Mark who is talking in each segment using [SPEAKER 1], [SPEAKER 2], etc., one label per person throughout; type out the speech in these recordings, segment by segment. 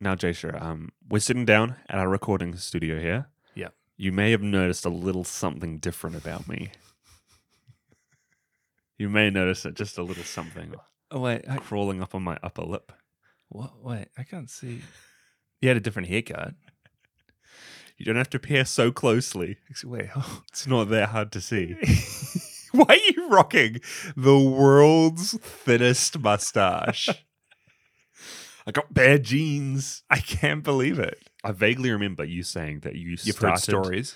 [SPEAKER 1] Now, Jasha, um, we're sitting down at our recording studio here.
[SPEAKER 2] Yeah.
[SPEAKER 1] You may have noticed a little something different about me. you may notice it, just a little something
[SPEAKER 2] Oh wait, I,
[SPEAKER 1] crawling up on my upper lip.
[SPEAKER 2] what? Wait, I can't see. You had a different haircut.
[SPEAKER 1] You don't have to peer so closely.
[SPEAKER 2] Ex- Wait,
[SPEAKER 1] It's not that hard to see. Why are you rocking the world's thinnest mustache? I got bare jeans.
[SPEAKER 2] I can't believe it.
[SPEAKER 1] I vaguely remember you saying that you
[SPEAKER 2] You've
[SPEAKER 1] started.
[SPEAKER 2] heard stories.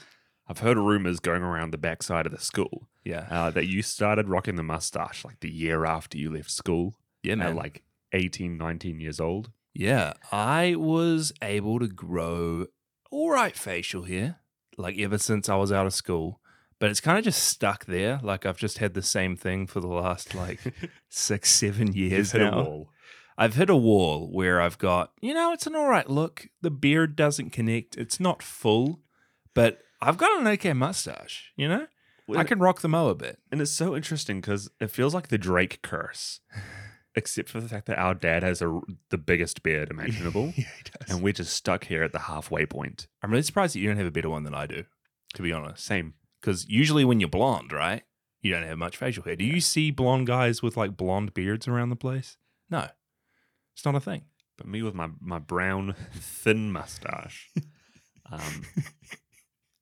[SPEAKER 1] I've heard rumors going around the backside of the school
[SPEAKER 2] Yeah,
[SPEAKER 1] uh, that you started rocking the mustache like the year after you left school
[SPEAKER 2] yeah,
[SPEAKER 1] at like 18, 19 years old.
[SPEAKER 2] yeah, I was able to grow all right facial hair, like ever since I was out of school. But it's kind of just stuck there. Like I've just had the same thing for the last like six, seven years
[SPEAKER 1] Hit a
[SPEAKER 2] now.
[SPEAKER 1] wall.
[SPEAKER 2] I've hit a wall where I've got, you know, it's an all right look. The beard doesn't connect. It's not full, but I've got an okay mustache, you know? I
[SPEAKER 1] And-
[SPEAKER 2] can rock the mow a bit.
[SPEAKER 1] And it's so interesting because it feels like the Drake curse, except for the fact that our dad has a, the biggest beard imaginable, and we're just stuck here at the halfway point.
[SPEAKER 2] I'm really surprised that you don't have a better one than I do, to be honest.
[SPEAKER 1] Same.
[SPEAKER 2] Because usually when you're blonde, right? You don't have much facial hair. Do you see blonde guys with like blonde beards around the place? No. It's not a thing.
[SPEAKER 1] But me with my, my brown, thin mustache, um,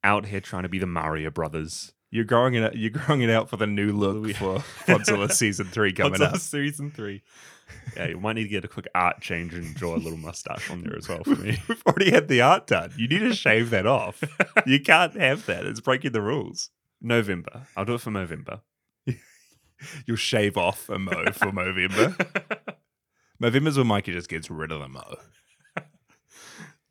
[SPEAKER 1] out here trying to be the Mario Brothers.
[SPEAKER 2] You're growing it. You're growing it out for the new look for Godzilla season three coming up.
[SPEAKER 1] season three. Yeah, you might need to get a quick art change and draw a little mustache on there as well for me.
[SPEAKER 2] We've already had the art done. You need to shave that off. you can't have that. It's breaking the rules.
[SPEAKER 1] November. I'll do it for November.
[SPEAKER 2] You'll shave off a mo for Movember. Movember's when Mikey just gets rid of the mo.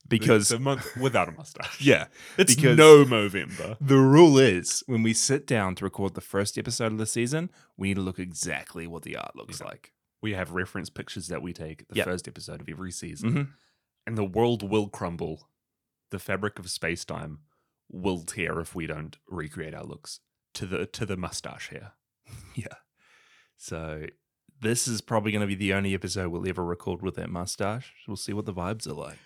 [SPEAKER 2] Because,
[SPEAKER 1] the month without a mustache.
[SPEAKER 2] yeah,
[SPEAKER 1] It's
[SPEAKER 2] because-
[SPEAKER 1] no Movember.
[SPEAKER 2] the rule is when we sit down to record the first episode of the season, we need to look exactly what the art looks like.
[SPEAKER 1] We have reference pictures that we take at the
[SPEAKER 2] Yep.
[SPEAKER 1] first episode of every season.
[SPEAKER 2] Mm-hmm.
[SPEAKER 1] And the world will crumble. The fabric of space time will tear if we don't recreate our looks to the to the mustache hair.
[SPEAKER 2] So, this is probably going to be the only episode we'll ever record with that mustache. We'll see what the vibes are like.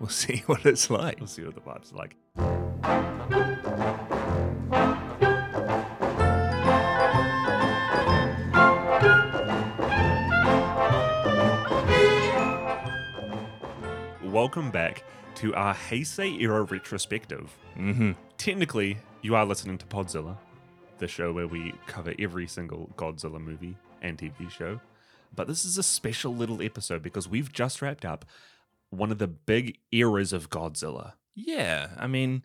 [SPEAKER 2] We'll see what it's like.
[SPEAKER 1] We'll see what the vibes are like. Welcome back to our Heisei era retrospective.
[SPEAKER 2] Mm-hmm.
[SPEAKER 1] Technically, you are listening to Podzilla, the show where we cover every single Godzilla movie and TV show. But this is a special little episode because we've just wrapped up one of the big eras of Godzilla.
[SPEAKER 2] Yeah, I mean,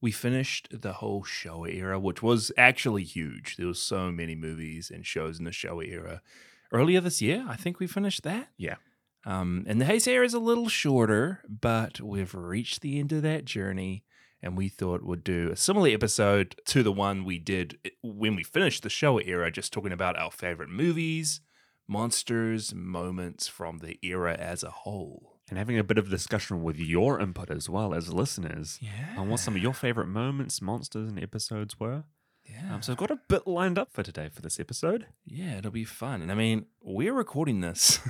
[SPEAKER 2] we finished the whole Showa era, which was actually huge. There was so many movies and shows in the Showa era. Earlier this year, I think we finished that.
[SPEAKER 1] Yeah.
[SPEAKER 2] Um, and the Heisei era is a little shorter, but we've reached the end of that journey, and we thought we'd do a similar episode to the one we did when we finished the Showa era, just talking about our favorite movies, monsters, moments from the era as a whole.
[SPEAKER 1] And having a bit of discussion with your input as well as listeners
[SPEAKER 2] Yeah.
[SPEAKER 1] on what some of your favorite moments, monsters, and episodes were.
[SPEAKER 2] Yeah.
[SPEAKER 1] Um, so I've got a bit lined up for today for this episode.
[SPEAKER 2] Yeah, it'll be fun. And I mean, we're recording this.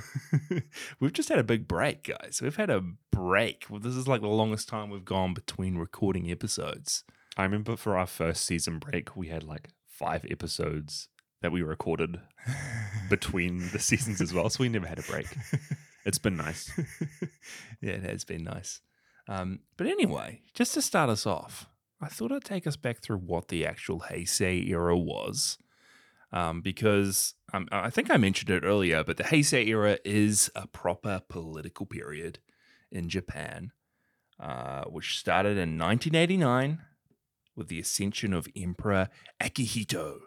[SPEAKER 2] we've just had a big break, guys. We've had a break. Well, This is like the longest time we've gone between recording episodes.
[SPEAKER 1] I remember for our first season break, we had like five episodes that we recorded between the seasons as well. So we never had a break. It's been nice.
[SPEAKER 2] yeah, it has been nice. Um, but anyway, just to start us off, I thought I'd take us back through what the actual Heisei era was. Um, because um, I think I mentioned it earlier, but the Heisei era is a proper political period in Japan, uh, which started in 1989 with the ascension of Emperor Akihito.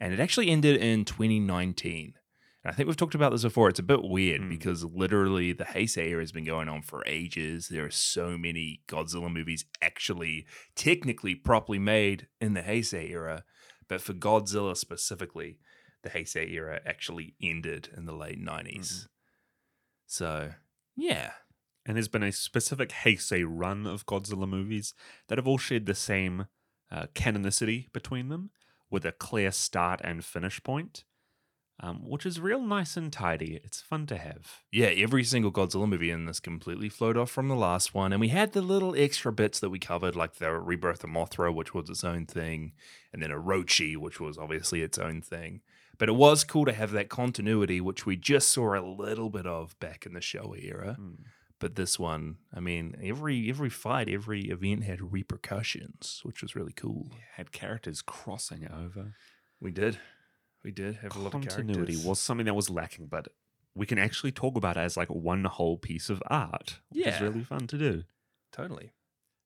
[SPEAKER 2] And it actually ended in 2019. And I think we've talked about this before. It's a bit weird
[SPEAKER 1] Hmm.
[SPEAKER 2] because literally the Heisei era has been going on for ages. There are so many Godzilla movies actually technically properly made in the Heisei era. But for Godzilla specifically, the Heisei era actually ended in the late 90s. So, yeah.
[SPEAKER 1] And there's been a specific Heisei run of Godzilla movies that have all shared the same uh, canonicity between them with a clear start and finish point. um, which is real nice and tidy. It's fun to have.
[SPEAKER 2] Yeah, every single Godzilla movie in this completely flowed off from the last one. And we had the little extra bits that we covered, like the Rebirth of Mothra, which was its own thing, and then Orochi, which was obviously its own thing. But it was cool to have that continuity, which we just saw a little bit of back in the Showa era.
[SPEAKER 1] Mm.
[SPEAKER 2] But this one, I mean, every every fight, every event had repercussions, which was really cool.
[SPEAKER 1] Had characters crossing over.
[SPEAKER 2] We did. We did have a lot of
[SPEAKER 1] Continuity
[SPEAKER 2] characters.
[SPEAKER 1] was something that was lacking, but we can actually talk about it as like one whole piece of art, which is
[SPEAKER 2] Yeah.
[SPEAKER 1] really fun to do.
[SPEAKER 2] Totally.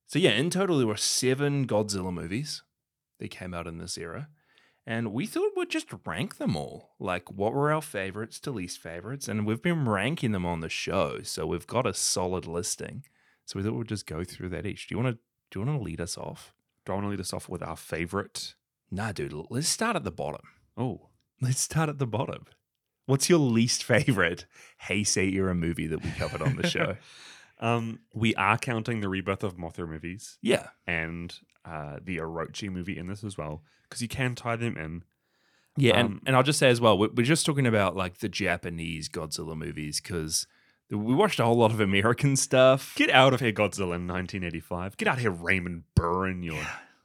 [SPEAKER 2] So yeah, in total there were seven Godzilla movies that came out in this era. And we thought we'd just rank them all. Like what were our favorites to least favorites? And we've been ranking them on the show. So we've got a solid listing. So we thought we'd just go through that each. Do you wanna do you wanna lead us off?
[SPEAKER 1] Do I want to lead us off with our favorite?
[SPEAKER 2] Nah, dude, l- let's start at the bottom.
[SPEAKER 1] Oh,
[SPEAKER 2] Let's start at the bottom. What's your least favorite Heisei era movie that we covered on the show?
[SPEAKER 1] um, we are counting the rebirth of Mothra movies
[SPEAKER 2] yeah.
[SPEAKER 1] and uh, the Orochi movie in this as well, because you can tie them in.
[SPEAKER 2] Yeah,
[SPEAKER 1] Um,
[SPEAKER 2] and, and I'll just say as well, we're, we're just talking about like the Japanese Godzilla movies because we watched a whole lot of American stuff.
[SPEAKER 1] Get out of here, Godzilla in 1985. Get out here, Raymond Burren. Your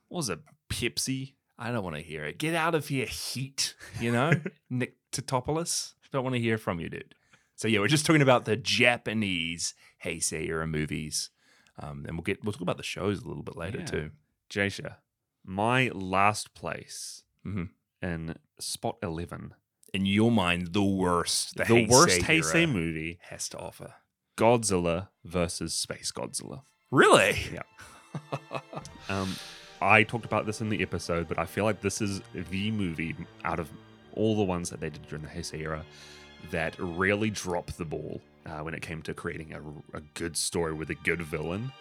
[SPEAKER 1] what was it, Pepsi?
[SPEAKER 2] I don't want to hear it. Get out of here, heat. You know, Nick Totopoulos. Don't want to hear from you, dude. So yeah, we're just talking about the Japanese Heisei era movies, um, and we'll get we'll talk about the shows a little bit later
[SPEAKER 1] Yeah.
[SPEAKER 2] too.
[SPEAKER 1] Jasha, my last place
[SPEAKER 2] Mhm.
[SPEAKER 1] in spot 11.
[SPEAKER 2] In your mind, the worst,
[SPEAKER 1] The,
[SPEAKER 2] the,
[SPEAKER 1] worst
[SPEAKER 2] era
[SPEAKER 1] Heisei movie
[SPEAKER 2] has to offer.
[SPEAKER 1] Godzilla versus Space Godzilla.
[SPEAKER 2] Really? Yeah.
[SPEAKER 1] Um, I talked about this in the episode, but I feel like this is the movie out of all the ones that they did during the Heisei era that really dropped the ball uh, when it came to creating a, a good story with a good villain.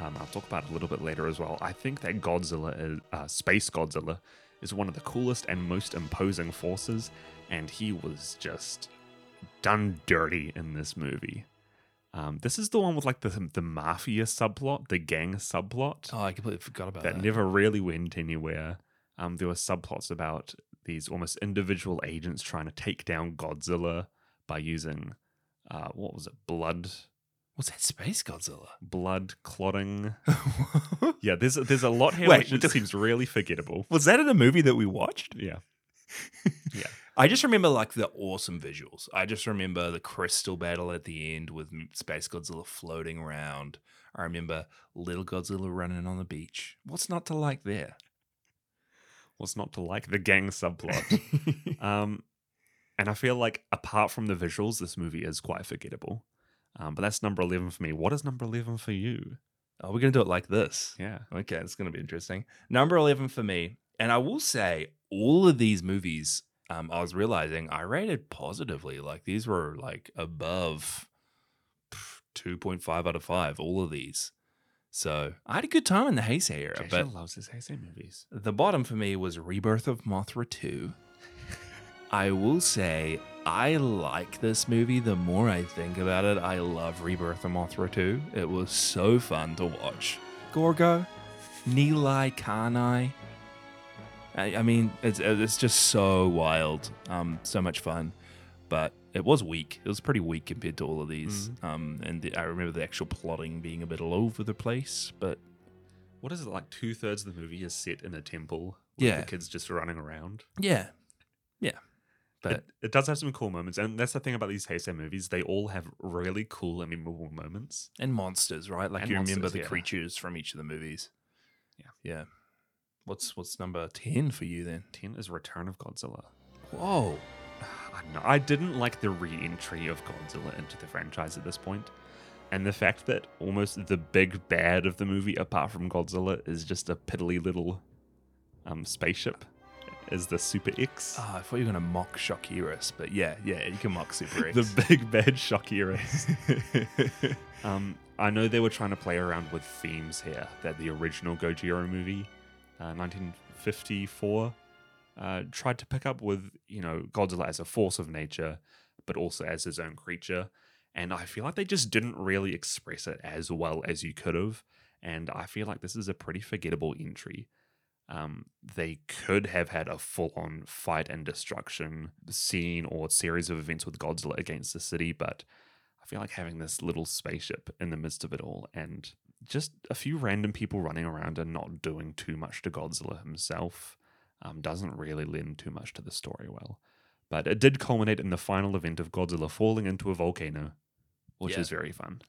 [SPEAKER 1] Um, I'll talk about it a little bit later as well. I think that Godzilla, is, uh, Space Godzilla, is one of the coolest and most imposing forces, and he was just done dirty in this movie. Um, this is the one with like the the mafia subplot, the gang subplot
[SPEAKER 2] oh, I completely forgot about
[SPEAKER 1] that
[SPEAKER 2] that.
[SPEAKER 1] never really went anywhere. Um, there were subplots about these almost individual agents trying to take down Godzilla by using, uh, what was it, blood,
[SPEAKER 2] What's that Space Godzilla?
[SPEAKER 1] blood clotting. Yeah, there's there's a lot here
[SPEAKER 2] Wait,
[SPEAKER 1] which
[SPEAKER 2] do-
[SPEAKER 1] just seems really forgettable.
[SPEAKER 2] was that in a movie that we watched?
[SPEAKER 1] Yeah,
[SPEAKER 2] I just remember like the awesome visuals. I just remember the crystal battle at the end with M- Space Godzilla floating around. I remember little Godzilla running on the beach. What's not to like there?
[SPEAKER 1] what's not to like? The gang subplot. um, and I feel like apart from the visuals, this movie is quite forgettable. Um, but that's number eleven for me. What is number eleven for you?
[SPEAKER 2] Are we going to Oh, do it like this?
[SPEAKER 1] Yeah.
[SPEAKER 2] Okay, it's going to be interesting. Number 11 for me. And I will say, all of these movies, um, I was realizing I rated positively. Like these were like above pff, 2.5 out of 5, all of these. So I had a good time in the Heisei era.
[SPEAKER 1] Jasha
[SPEAKER 2] but
[SPEAKER 1] loves his Heisei movies.
[SPEAKER 2] the bottom for me was Rebirth of Mothra 2. I will say I like this movie the more I think about it. I love Rebirth of Mothra 2. It was so fun to watch. Gorgo, Nilai Kanai. I, I mean, it's it's just so wild. Um, so much fun. But it was weak. It was pretty weak compared to all of these. Um, and the, I remember the actual plotting being a bit all over the place. But
[SPEAKER 1] what is it like two thirds of the movie is set in a temple with
[SPEAKER 2] Yeah.
[SPEAKER 1] the kids just running around
[SPEAKER 2] yeah, yeah. But
[SPEAKER 1] it, it does have some cool moments and that's the thing about these heisei movies they all have really cool and memorable moments
[SPEAKER 2] and monsters, right? Like
[SPEAKER 1] And
[SPEAKER 2] you remember
[SPEAKER 1] monsters,
[SPEAKER 2] the
[SPEAKER 1] yeah.
[SPEAKER 2] creatures from each of the movies.
[SPEAKER 1] Yeah.
[SPEAKER 2] yeah. What's what's number ten for you then?
[SPEAKER 1] 10 is return of godzilla
[SPEAKER 2] Whoa,
[SPEAKER 1] I, don't know, I didn't like the re-entry of godzilla into the franchise at this point and the fact that almost the big bad of the movie apart from godzilla is just a piddly little um, spaceship is the super x
[SPEAKER 2] Ah, I thought you were gonna mock Shockerus, but yeah, yeah, you can mock Super X.
[SPEAKER 1] the big bad Shakira. um, I know they were trying to play around with themes here that the original Gojira movie, uh, 1954, uh, tried to pick up with you know Godzilla as a force of nature, but also as his own creature. And I feel like they just didn't really express it as well as you could have. And I feel like this is a pretty forgettable entry. Um, they could have had a full on fight and destruction scene or series of events with Godzilla against the city, but I feel like having this little spaceship in the midst of it all and just a few random people running around and not doing too much to Godzilla himself um, doesn't really lend too much to the story well. But it did culminate in the final event of Godzilla falling into a volcano, which
[SPEAKER 2] Yeah.
[SPEAKER 1] is very fun.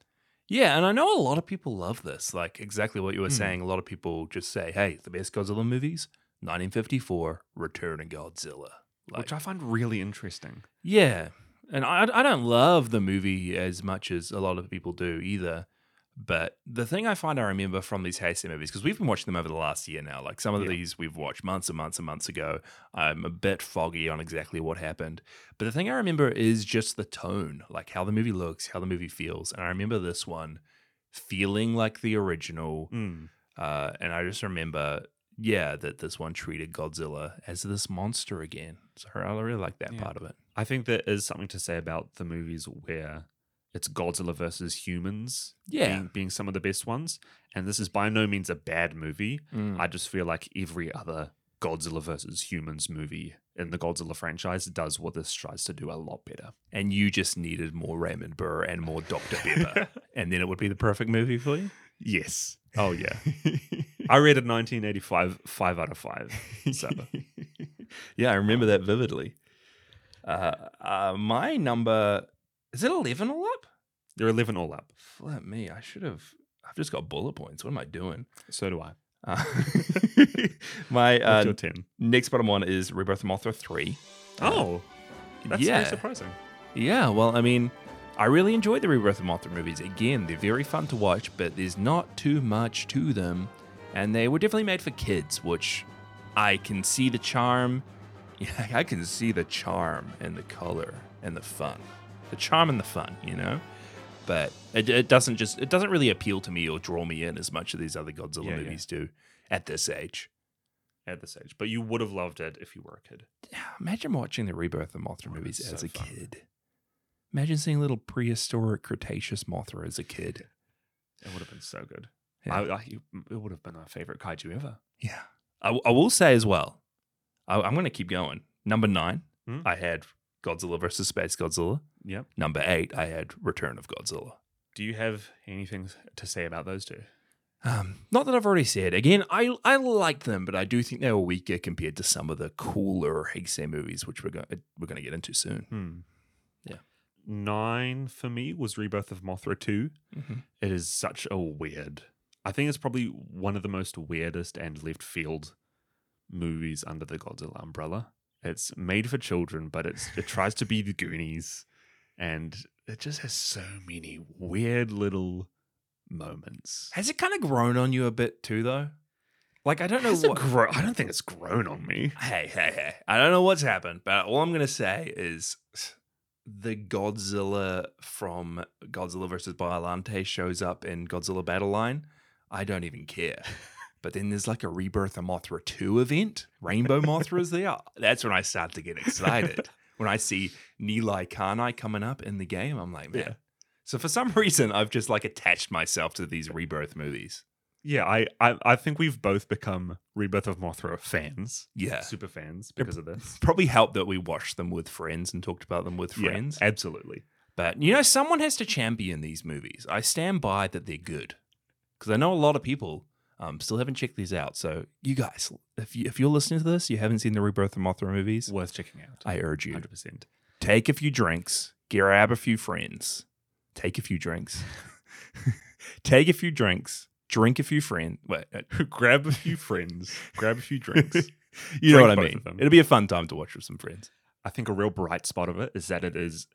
[SPEAKER 2] Yeah, and I know a lot of people love this. Like exactly what you were
[SPEAKER 1] Hmm.
[SPEAKER 2] saying. A lot of people just say, "Hey, the best Godzilla movies: 1954, Return of Godzilla." Like,
[SPEAKER 1] which I find really interesting.
[SPEAKER 2] yeah, and I I don't love the movie as much as a lot of people do either. But the thing I find I remember from these Heisei movies, because we've been watching them over the last year now, like some of
[SPEAKER 1] Yeah.
[SPEAKER 2] these we've watched months and months and months ago. I'm a bit foggy on exactly what happened. But the thing I remember is just the tone, like how the movie looks, how the movie feels. And I remember this one feeling like the original.
[SPEAKER 1] Hmm.
[SPEAKER 2] Uh, and I just remember, yeah, that this one treated Godzilla as this monster again. So I really like that
[SPEAKER 1] Yeah.
[SPEAKER 2] part of it.
[SPEAKER 1] I think there is something to say about the movies where it's Godzilla versus humans
[SPEAKER 2] Yeah.
[SPEAKER 1] being, being some of the best ones. And this is by no means a bad movie.
[SPEAKER 2] Mm.
[SPEAKER 1] I just feel like every other Godzilla versus humans movie in the Godzilla franchise does what this tries to do a lot better.
[SPEAKER 2] and you just needed more Raymond Burr and more Dr. Pepper. and then it would be the perfect movie for you.
[SPEAKER 1] Yes. Oh, yeah. I rated 1985 five out of five. So,
[SPEAKER 2] yeah, I remember that vividly. Uh, uh, my number is it 11 all up?
[SPEAKER 1] they're 11 all up.
[SPEAKER 2] Flip me. I should have. I've just got bullet points. What am I doing?
[SPEAKER 1] So do I.
[SPEAKER 2] Uh, my
[SPEAKER 1] What's
[SPEAKER 2] uh,
[SPEAKER 1] your 10?
[SPEAKER 2] next bottom one is Rebirth of Mothra 3. Uh,
[SPEAKER 1] Oh, that's
[SPEAKER 2] yeah.
[SPEAKER 1] very surprising.
[SPEAKER 2] Yeah, well, I mean, I really enjoyed the Rebirth of Mothra movies. Again, they're very fun to watch, but there's not too much to them. And they were definitely made for kids, which I can see the charm. Yeah, I can see the charm and the color and the fun. The charm and the fun, you know? But it, it doesn't just, it doesn't really appeal to me or draw me in as much as these other Godzilla
[SPEAKER 1] Yeah, yeah.
[SPEAKER 2] movies do at this age.
[SPEAKER 1] at this age, but you would have loved it if you were a kid.
[SPEAKER 2] Imagine watching the Rebirth of Mothra
[SPEAKER 1] Oh,
[SPEAKER 2] movies
[SPEAKER 1] that's
[SPEAKER 2] as
[SPEAKER 1] so
[SPEAKER 2] a
[SPEAKER 1] fun.
[SPEAKER 2] kid. Imagine seeing little prehistoric Cretaceous Mothra as a kid.
[SPEAKER 1] It would have been so good.
[SPEAKER 2] Yeah.
[SPEAKER 1] I, I, it would have been my favorite kaiju ever.
[SPEAKER 2] Yeah. I, w- I will say as well, I, I'm going to keep going. Number nine,
[SPEAKER 1] Hmm?
[SPEAKER 2] I had Godzilla versus Space Godzilla.
[SPEAKER 1] Yep.
[SPEAKER 2] Number eight, I had Return of Godzilla.
[SPEAKER 1] Do you have anything to say about those two?
[SPEAKER 2] Um, not that I've already said. Again, I I liked them, but I do think they were weaker compared to some of the cooler Heisei movies, which we're going we're going to get into soon.
[SPEAKER 1] Hmm.
[SPEAKER 2] Yeah.
[SPEAKER 1] Nine for me was Rebirth of Mothra 2.
[SPEAKER 2] Mm-hmm.
[SPEAKER 1] It is such a weird. I think it's probably one of the most weirdest and left field movies under the Godzilla umbrella. It's made for children, but it's it tries to be the Goonies, and it just has so many weird little moments.
[SPEAKER 2] Has it kind of grown on you a bit too, though? Like I don't know
[SPEAKER 1] Has it
[SPEAKER 2] what.
[SPEAKER 1] grow- I don't think it's grown on me.
[SPEAKER 2] hey, hey, hey. I don't know what's happened, but all I'm going to say is the Godzilla from Godzilla vs. Biolante shows up in Godzilla Battle Line. I don't even care. But then there's like a Rebirth of Mothra 2 event. Rainbow Mothra is there. That's when I start to get excited. when I see Nilay Kanai coming up in the game, I'm like, man.
[SPEAKER 1] Yeah.
[SPEAKER 2] So for some reason, I've just like attached myself to these Rebirth movies.
[SPEAKER 1] Yeah, I, I, I think we've both become Rebirth of Mothra fans,
[SPEAKER 2] Yeah.
[SPEAKER 1] super fans because of this.
[SPEAKER 2] Probably helped that we watched them with friends and talked about them with
[SPEAKER 1] Yeah,
[SPEAKER 2] friends.
[SPEAKER 1] absolutely.
[SPEAKER 2] But you know, someone has to champion these movies. I stand by that they're good because I know a lot of people um, still haven't checked these out. So you guys, if you if you're listening to this, you haven't seen the Rebirth of Mothra movies,
[SPEAKER 1] Worth checking out.
[SPEAKER 2] I urge you
[SPEAKER 1] Hundred percent.
[SPEAKER 2] take a few drinks, grab a few friends, take a few drinks, take a few drinks, drink a few friends. Wait, uh,
[SPEAKER 1] grab a few friends, grab a few drinks.
[SPEAKER 2] you know
[SPEAKER 1] Drink
[SPEAKER 2] what I
[SPEAKER 1] both
[SPEAKER 2] mean?
[SPEAKER 1] of them.
[SPEAKER 2] It'll be a fun time to watch with some friends.
[SPEAKER 1] I think a real bright spot of it is that it is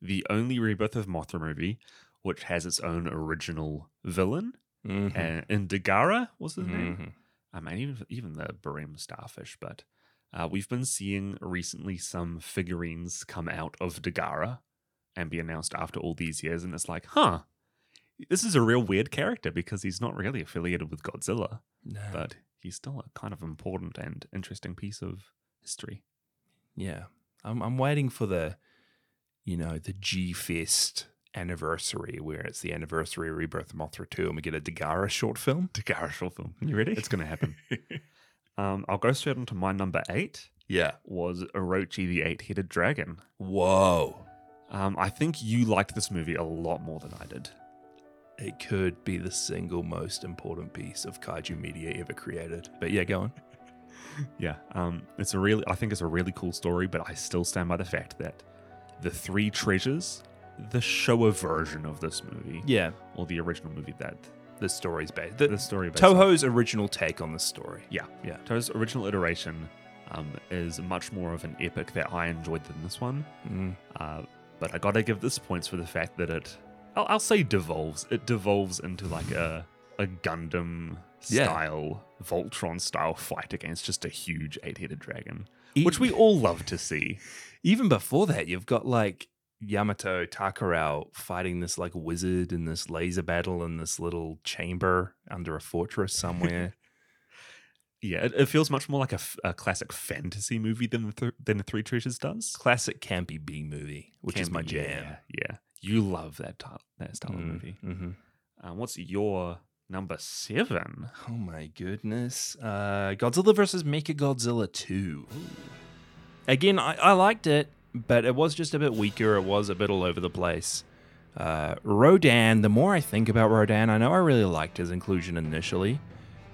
[SPEAKER 1] the only Rebirth of Mothra movie which has its own original villain.
[SPEAKER 2] Mhm.
[SPEAKER 1] And Indigara was his name.
[SPEAKER 2] Mhm.
[SPEAKER 1] I mean, even even the Barim starfish, but uh, we've been seeing recently some figurines come out of Dagara and be announced after all these years, and it's like, huh, this is a real weird character because he's not really affiliated with Godzilla,
[SPEAKER 2] No.
[SPEAKER 1] but he's still a kind of important and interesting piece of history.
[SPEAKER 2] Yeah. I'm I'm waiting for the you know, the G Fest anniversary where it's the anniversary of Rebirth of Mothra 2 and we get a Dagara short film.
[SPEAKER 1] Dagara short film. You ready? It's going to happen. Um, I'll go straight into my number eight.
[SPEAKER 2] Yeah.
[SPEAKER 1] Was Orochi the Eight-Headed Dragon?
[SPEAKER 2] Whoa.
[SPEAKER 1] Um, I think you liked this movie a lot more than I did.
[SPEAKER 2] It could be the single most important piece of kaiju media ever created. But yeah, go on.
[SPEAKER 1] Yeah, um, it's a really. I think it's a really cool story, but I still stand by the fact that the three treasures, the Showa version of this movie,
[SPEAKER 2] Yeah.
[SPEAKER 1] or the original movie that
[SPEAKER 2] The story's based.
[SPEAKER 1] the story based on-
[SPEAKER 2] Toho's original take on the story.
[SPEAKER 1] Yeah,
[SPEAKER 2] Yeah.
[SPEAKER 1] Toho's original iteration um, is much more of an epic that I enjoyed than this one.
[SPEAKER 2] Mm.
[SPEAKER 1] Uh, but I gotta give this points for the fact that it, I'll, I'll say devolves. It devolves into like a a Gundam
[SPEAKER 2] Yeah.
[SPEAKER 1] style, Voltron style fight against just a huge eight headed dragon,
[SPEAKER 2] E-
[SPEAKER 1] which we all love to see.
[SPEAKER 2] even before that, you've got like Yamato Takarao fighting this like wizard in this laser battle in this little chamber under a fortress somewhere.
[SPEAKER 1] Yeah, it, it feels much more like a, f- a classic fantasy movie than the th- than the Three Treasures does,
[SPEAKER 2] Classic campy B movie, which is
[SPEAKER 1] Can
[SPEAKER 2] my
[SPEAKER 1] be,
[SPEAKER 2] jam.
[SPEAKER 1] Yeah, yeah. you love that type that style of
[SPEAKER 2] Mm,
[SPEAKER 1] movie.
[SPEAKER 2] mhm.
[SPEAKER 1] Um, what's your number seven?
[SPEAKER 2] Oh my goodness. Uh, Godzilla versus Mecha Godzilla 2. Again, I, I liked it, but it was just a bit weaker. It was a bit all over the place. Uh, Rodan, the more I think about Rodan, I know I really liked his inclusion initially,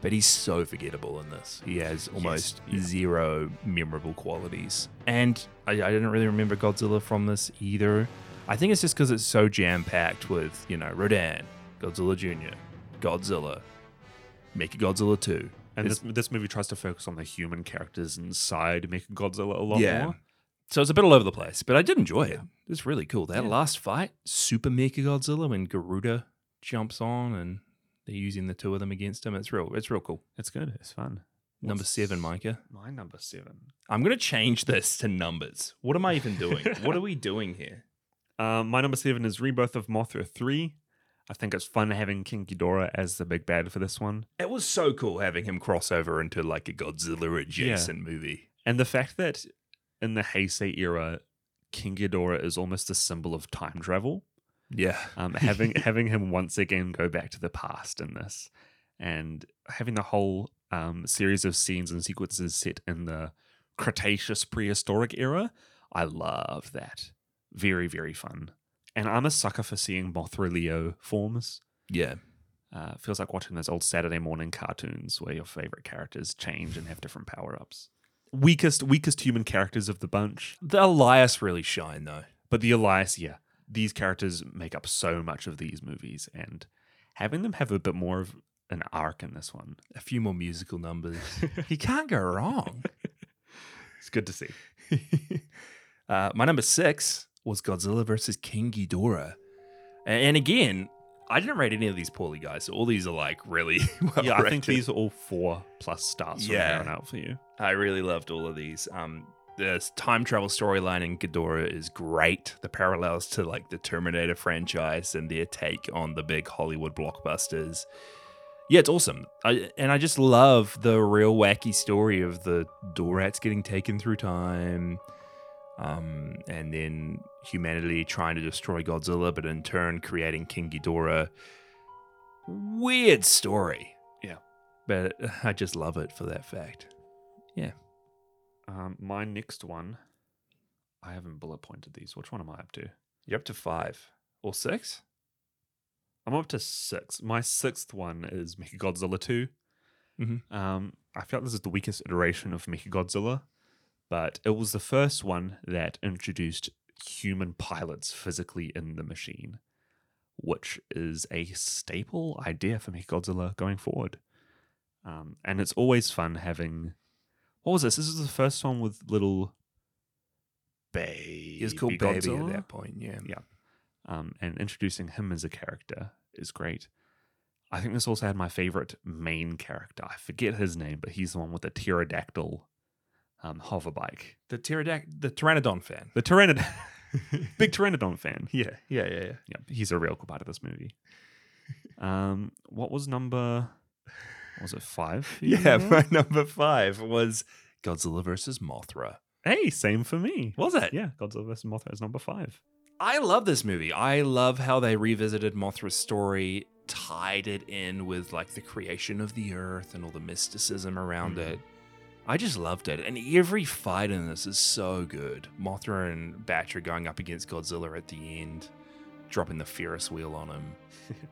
[SPEAKER 2] but he's so forgettable in this. He has almost
[SPEAKER 1] yeah.
[SPEAKER 2] zero memorable qualities. And I, I didn't really remember Godzilla from this either. I think it's just because it's so jam packed with, you know, Rodan, Godzilla Jr., Godzilla, Make Godzilla 2.
[SPEAKER 1] And
[SPEAKER 2] It's-
[SPEAKER 1] this this movie tries to focus on the human characters inside Mecha Godzilla a lot
[SPEAKER 2] Yeah.
[SPEAKER 1] more.
[SPEAKER 2] So it's a bit all over the place, but I did enjoy it. It's really cool. That
[SPEAKER 1] Yeah.
[SPEAKER 2] last fight, Super Mecha Godzilla, when Garuda jumps on and they're using the two of them against him. It's real. It's real cool.
[SPEAKER 1] It's good. It's fun.
[SPEAKER 2] Number
[SPEAKER 1] What's
[SPEAKER 2] seven, Micah.
[SPEAKER 1] My number seven.
[SPEAKER 2] I'm gonna change this to numbers. What am I even doing? what are we doing here?
[SPEAKER 1] Um, my number seven is Rebirth of Mothra three. I think it's fun having King Ghidorah as the big bad for this one,
[SPEAKER 2] It was so cool having him cross over into like a Godzilla adjacent movie.
[SPEAKER 1] and the fact that in the Heisei era, King Ghidorah is almost a symbol of time travel.
[SPEAKER 2] Yeah.
[SPEAKER 1] Um, having having him once again go back to the past in this, and having the whole um, series of scenes and sequences set in the Cretaceous prehistoric era, I loved that. Very very fun. And I'm a sucker for seeing Mothra Leo forms.
[SPEAKER 2] Yeah.
[SPEAKER 1] Uh, feels like watching those old Saturday morning cartoons where your favorite characters change and have different power ups. Weakest weakest human characters of the bunch,
[SPEAKER 2] The Elias really shine though.
[SPEAKER 1] but the Elias, yeah, these characters make up so much of these movies, and having them have a bit more of an arc in this one,
[SPEAKER 2] A few more musical numbers. he can't go wrong.
[SPEAKER 1] it's good to see.
[SPEAKER 2] uh, my number six was Godzilla versus King Ghidorah. A- And again, I didn't rate any of these poorly, guys. So all these are like really well
[SPEAKER 1] yeah, I think
[SPEAKER 2] rated.
[SPEAKER 1] these are all four plus stars from
[SPEAKER 2] Yeah.
[SPEAKER 1] here on out for you.
[SPEAKER 2] I really loved all of these. Um, the time travel storyline in Ghidorah is great. The parallels to like the Terminator franchise and their take on the big Hollywood blockbusters. Yeah, it's awesome. I, and I just love the real wacky story of the Dorats getting taken through time. Um, and then humanity trying to destroy Godzilla, but in turn creating King Ghidorah. Weird story.
[SPEAKER 1] Yeah.
[SPEAKER 2] But I just love it for that fact.
[SPEAKER 1] Um, my next one, I haven't bullet pointed these. Which one am I up to?
[SPEAKER 2] You're up to five or six.
[SPEAKER 1] I'm up to six. My sixth one is Mechagodzilla 2.
[SPEAKER 2] Mhm.
[SPEAKER 1] Um, I felt this is the weakest iteration of Mechagodzilla, but it was the first one that introduced human pilots physically in the machine, which is a staple idea for Mechagodzilla going forward. Um, and it's always fun having. What was this? This is the first one with little. Baby.
[SPEAKER 2] He was called Baby at
[SPEAKER 1] Godzilla?
[SPEAKER 2] that point. Yeah.
[SPEAKER 1] Yeah. um, and introducing him as a character is great. I think this also had my favorite main character. I forget his name, but he's the one with the pterodactyl um, hover bike.
[SPEAKER 2] The pterodact, the pteranodon fan.
[SPEAKER 1] The pteranodon, big pteranodon fan.
[SPEAKER 2] Yeah, yeah, yeah, yeah.
[SPEAKER 1] Yeah, he's a real cool part of this movie. Um, what was number? what Was it five? for you
[SPEAKER 2] Yeah,
[SPEAKER 1] now?
[SPEAKER 2] my number five was Godzilla versus Mothra.
[SPEAKER 1] Hey, same for me.
[SPEAKER 2] Was it?
[SPEAKER 1] Yeah, Godzilla vs Mothra is number five.
[SPEAKER 2] I love this movie. I love how they revisited Mothra's story, tied it in with like the creation of the earth and all the mysticism around
[SPEAKER 1] Mhm.
[SPEAKER 2] it. I just loved it. And every fight in this is so good. Mothra and Batra going up against Godzilla at the end, dropping the Ferris wheel on him.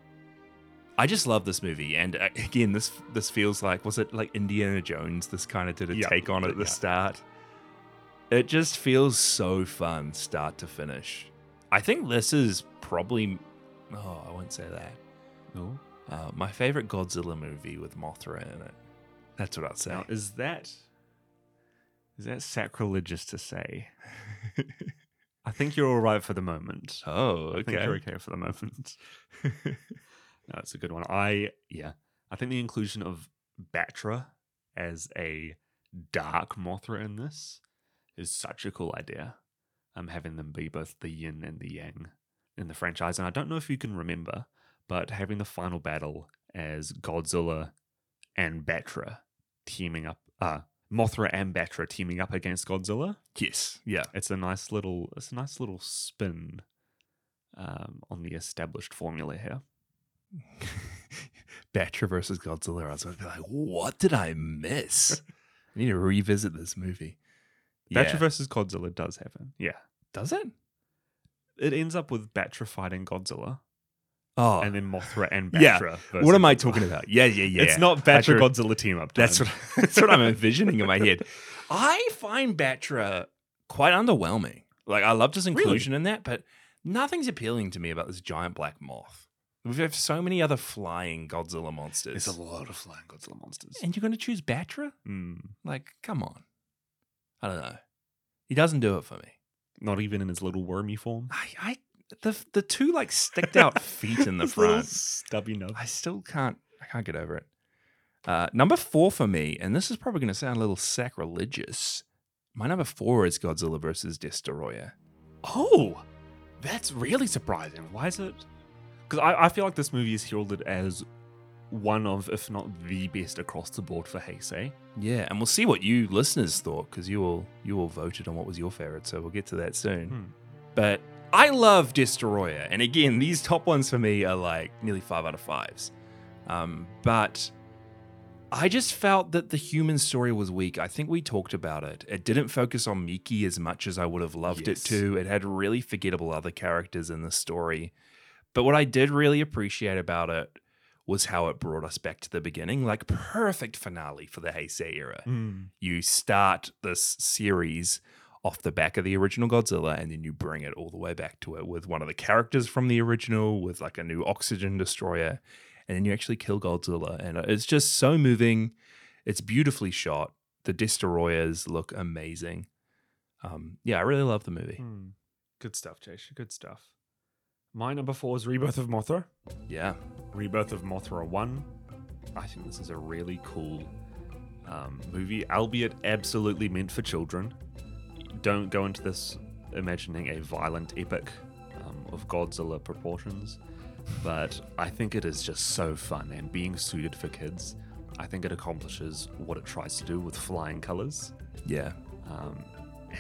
[SPEAKER 2] I just love this movie, and uh, again, this this feels like was it like Indiana Jones? This kind of did a
[SPEAKER 1] Yeah,
[SPEAKER 2] take on at the
[SPEAKER 1] yeah.
[SPEAKER 2] start. It just feels so fun, start to finish. I think this is probably oh, I won't say that.
[SPEAKER 1] No.
[SPEAKER 2] Uh, my favorite Godzilla movie with Mothra in it. That's what I'll say.
[SPEAKER 1] Now, is that is that sacrilegious to say? I think you're all right for the moment.
[SPEAKER 2] oh,
[SPEAKER 1] I think you're okay for the moment. no, that's a good one. I yeah, I think the inclusion of Batra as a dark Mothra in this is such a cool idea. I'm having them be both the yin and the yang in the franchise, and I don't know if you can remember, but having the final battle as Godzilla and Batra teaming up, uh, Mothra and Batra teaming up against Godzilla
[SPEAKER 2] Yes. Yeah.
[SPEAKER 1] it's a nice little it's a nice little spin um, on the established formula here.
[SPEAKER 2] Batra versus Godzilla. I was going to be like, what did I miss? I need to revisit this movie.
[SPEAKER 1] Batra
[SPEAKER 2] Yeah.
[SPEAKER 1] versus Godzilla does happen. Yeah,
[SPEAKER 2] Does it?
[SPEAKER 1] it ends up with Batra fighting Godzilla,
[SPEAKER 2] Oh.
[SPEAKER 1] and then Mothra and
[SPEAKER 2] Yeah.
[SPEAKER 1] Batra. versus
[SPEAKER 2] what am I
[SPEAKER 1] Godzilla.
[SPEAKER 2] talking about? Yeah, yeah, yeah.
[SPEAKER 1] It's not Batra
[SPEAKER 2] Batra-
[SPEAKER 1] Godzilla team up.
[SPEAKER 2] That's
[SPEAKER 1] time.
[SPEAKER 2] what that's what I'm envisioning in my head. I find Batra quite underwhelming. Like I loved his inclusion in that, but nothing's appealing to me about this giant black moth. We have so many other flying Godzilla monsters.
[SPEAKER 1] There's a lot of flying Godzilla monsters.
[SPEAKER 2] and you're going to choose Batra?
[SPEAKER 1] Mm.
[SPEAKER 2] Like, come on. I don't know. He doesn't do it for me.
[SPEAKER 1] Not even in his little wormy form.
[SPEAKER 2] I, I the the two like sticked out feet in the
[SPEAKER 1] His little
[SPEAKER 2] front.
[SPEAKER 1] stubby nub.
[SPEAKER 2] I still can't I can't get over it. Uh, number four for me, and this is probably going to sound a little sacrilegious. My number four is Godzilla versus Destoroyah.
[SPEAKER 1] Oh, that's really surprising. Why is it? Because I, I feel like this movie is heralded as one of, if not the best across the board for Heisei.
[SPEAKER 2] Yeah, and we'll see what you listeners thought because you all you all voted on what was your favorite, so we'll get to that soon.
[SPEAKER 1] Hmm.
[SPEAKER 2] But I love Destoroyah, and again, these top ones for me are like nearly five out of fives. Um, but I just felt that the human story was weak. I think we talked about it. It didn't focus on Miki as much as I would have loved
[SPEAKER 1] Yes.
[SPEAKER 2] it to. It had really forgettable other characters in the story. But what I did really appreciate about it was how it brought us back to the beginning, like perfect finale for the Heisei era.
[SPEAKER 1] Mm.
[SPEAKER 2] You start this series off the back of the original Godzilla, and then you bring it all the way back to it with one of the characters from the original, with like a new oxygen destroyer, and then you actually kill Godzilla, and it's just so moving. It's beautifully shot. The destroyers look amazing. Um, yeah, I really love the movie.
[SPEAKER 1] Hmm. Good stuff, Jash. Good stuff. My number four is Rebirth of Mothra.
[SPEAKER 2] Yeah,
[SPEAKER 1] Rebirth of Mothra 1. I think this is a really cool um, movie, albeit absolutely meant for children. Don't go into this imagining a violent epic um, of Godzilla proportions, but I think it is just so fun and being suited for kids. I think it accomplishes what it tries to do with flying colors.
[SPEAKER 2] yeah,
[SPEAKER 1] Um,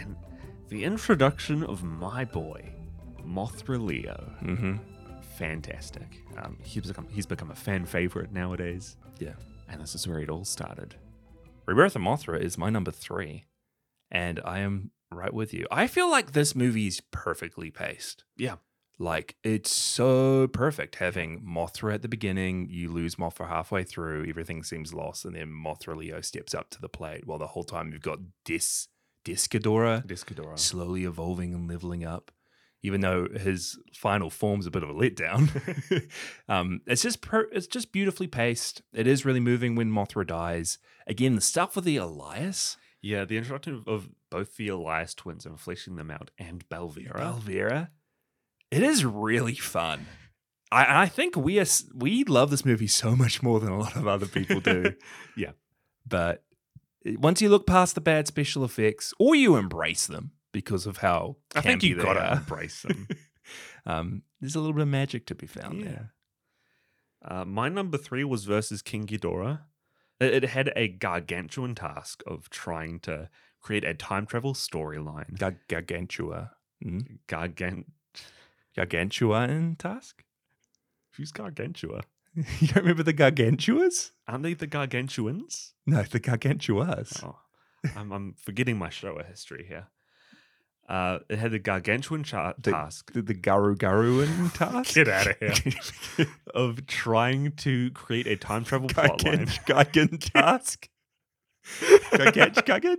[SPEAKER 1] and the introduction of my boy, Mothra Leo.
[SPEAKER 2] hmm
[SPEAKER 1] Fantastic. Um, he's, become, he's become a fan favorite nowadays,
[SPEAKER 2] yeah.
[SPEAKER 1] and this is where it all started.
[SPEAKER 2] Rebirth of Mothra is my number three, and I am right with you. I feel like this movie is perfectly paced.
[SPEAKER 1] Yeah.
[SPEAKER 2] Like it's so perfect having Mothra at the beginning, you lose Mothra halfway through, everything seems lost, and then Mothra Leo steps up to the plate while the whole time you've got Dis Discadora
[SPEAKER 1] Discadora.
[SPEAKER 2] slowly evolving and leveling up. Even though his final form's a bit of a letdown, um, it's just per- it's just beautifully paced. It is really moving when Mothra dies. Again, the stuff with the Elias,
[SPEAKER 1] Yeah, the introduction of, of both the Elias twins and fleshing them out, and Belvira.
[SPEAKER 2] Elvira, it is really fun. I, I think we are s- we love this movie so much more than a lot of other people do.
[SPEAKER 1] Yeah.
[SPEAKER 2] but it- once you look past the bad special effects, or you embrace them because of how
[SPEAKER 1] I think
[SPEAKER 2] campy
[SPEAKER 1] you
[SPEAKER 2] they
[SPEAKER 1] gotta
[SPEAKER 2] are,
[SPEAKER 1] embrace them.
[SPEAKER 2] um, there's a little bit of magic to be found
[SPEAKER 1] Yeah.
[SPEAKER 2] there.
[SPEAKER 1] Uh, my number three was versus King Ghidorah. It, it had a gargantuan task of trying to create a time travel storyline.
[SPEAKER 2] Gar- gargantua, mm?
[SPEAKER 1] Gargant.
[SPEAKER 2] gargantua in task.
[SPEAKER 1] Who's Gargantua?
[SPEAKER 2] you don't remember the gargantuas?
[SPEAKER 1] Aren't they the Gargantuans?
[SPEAKER 2] No, the gargantuas.
[SPEAKER 1] Oh. I'm, I'm forgetting my Showa history here. Uh, it had the gargantuan cha-
[SPEAKER 2] The-
[SPEAKER 1] task.
[SPEAKER 2] The, the Garu Garu and task.
[SPEAKER 1] Get out of here. of trying to create a time travel plotline.
[SPEAKER 2] Gaigan, Gaigan task. Gaigan, Gaigan.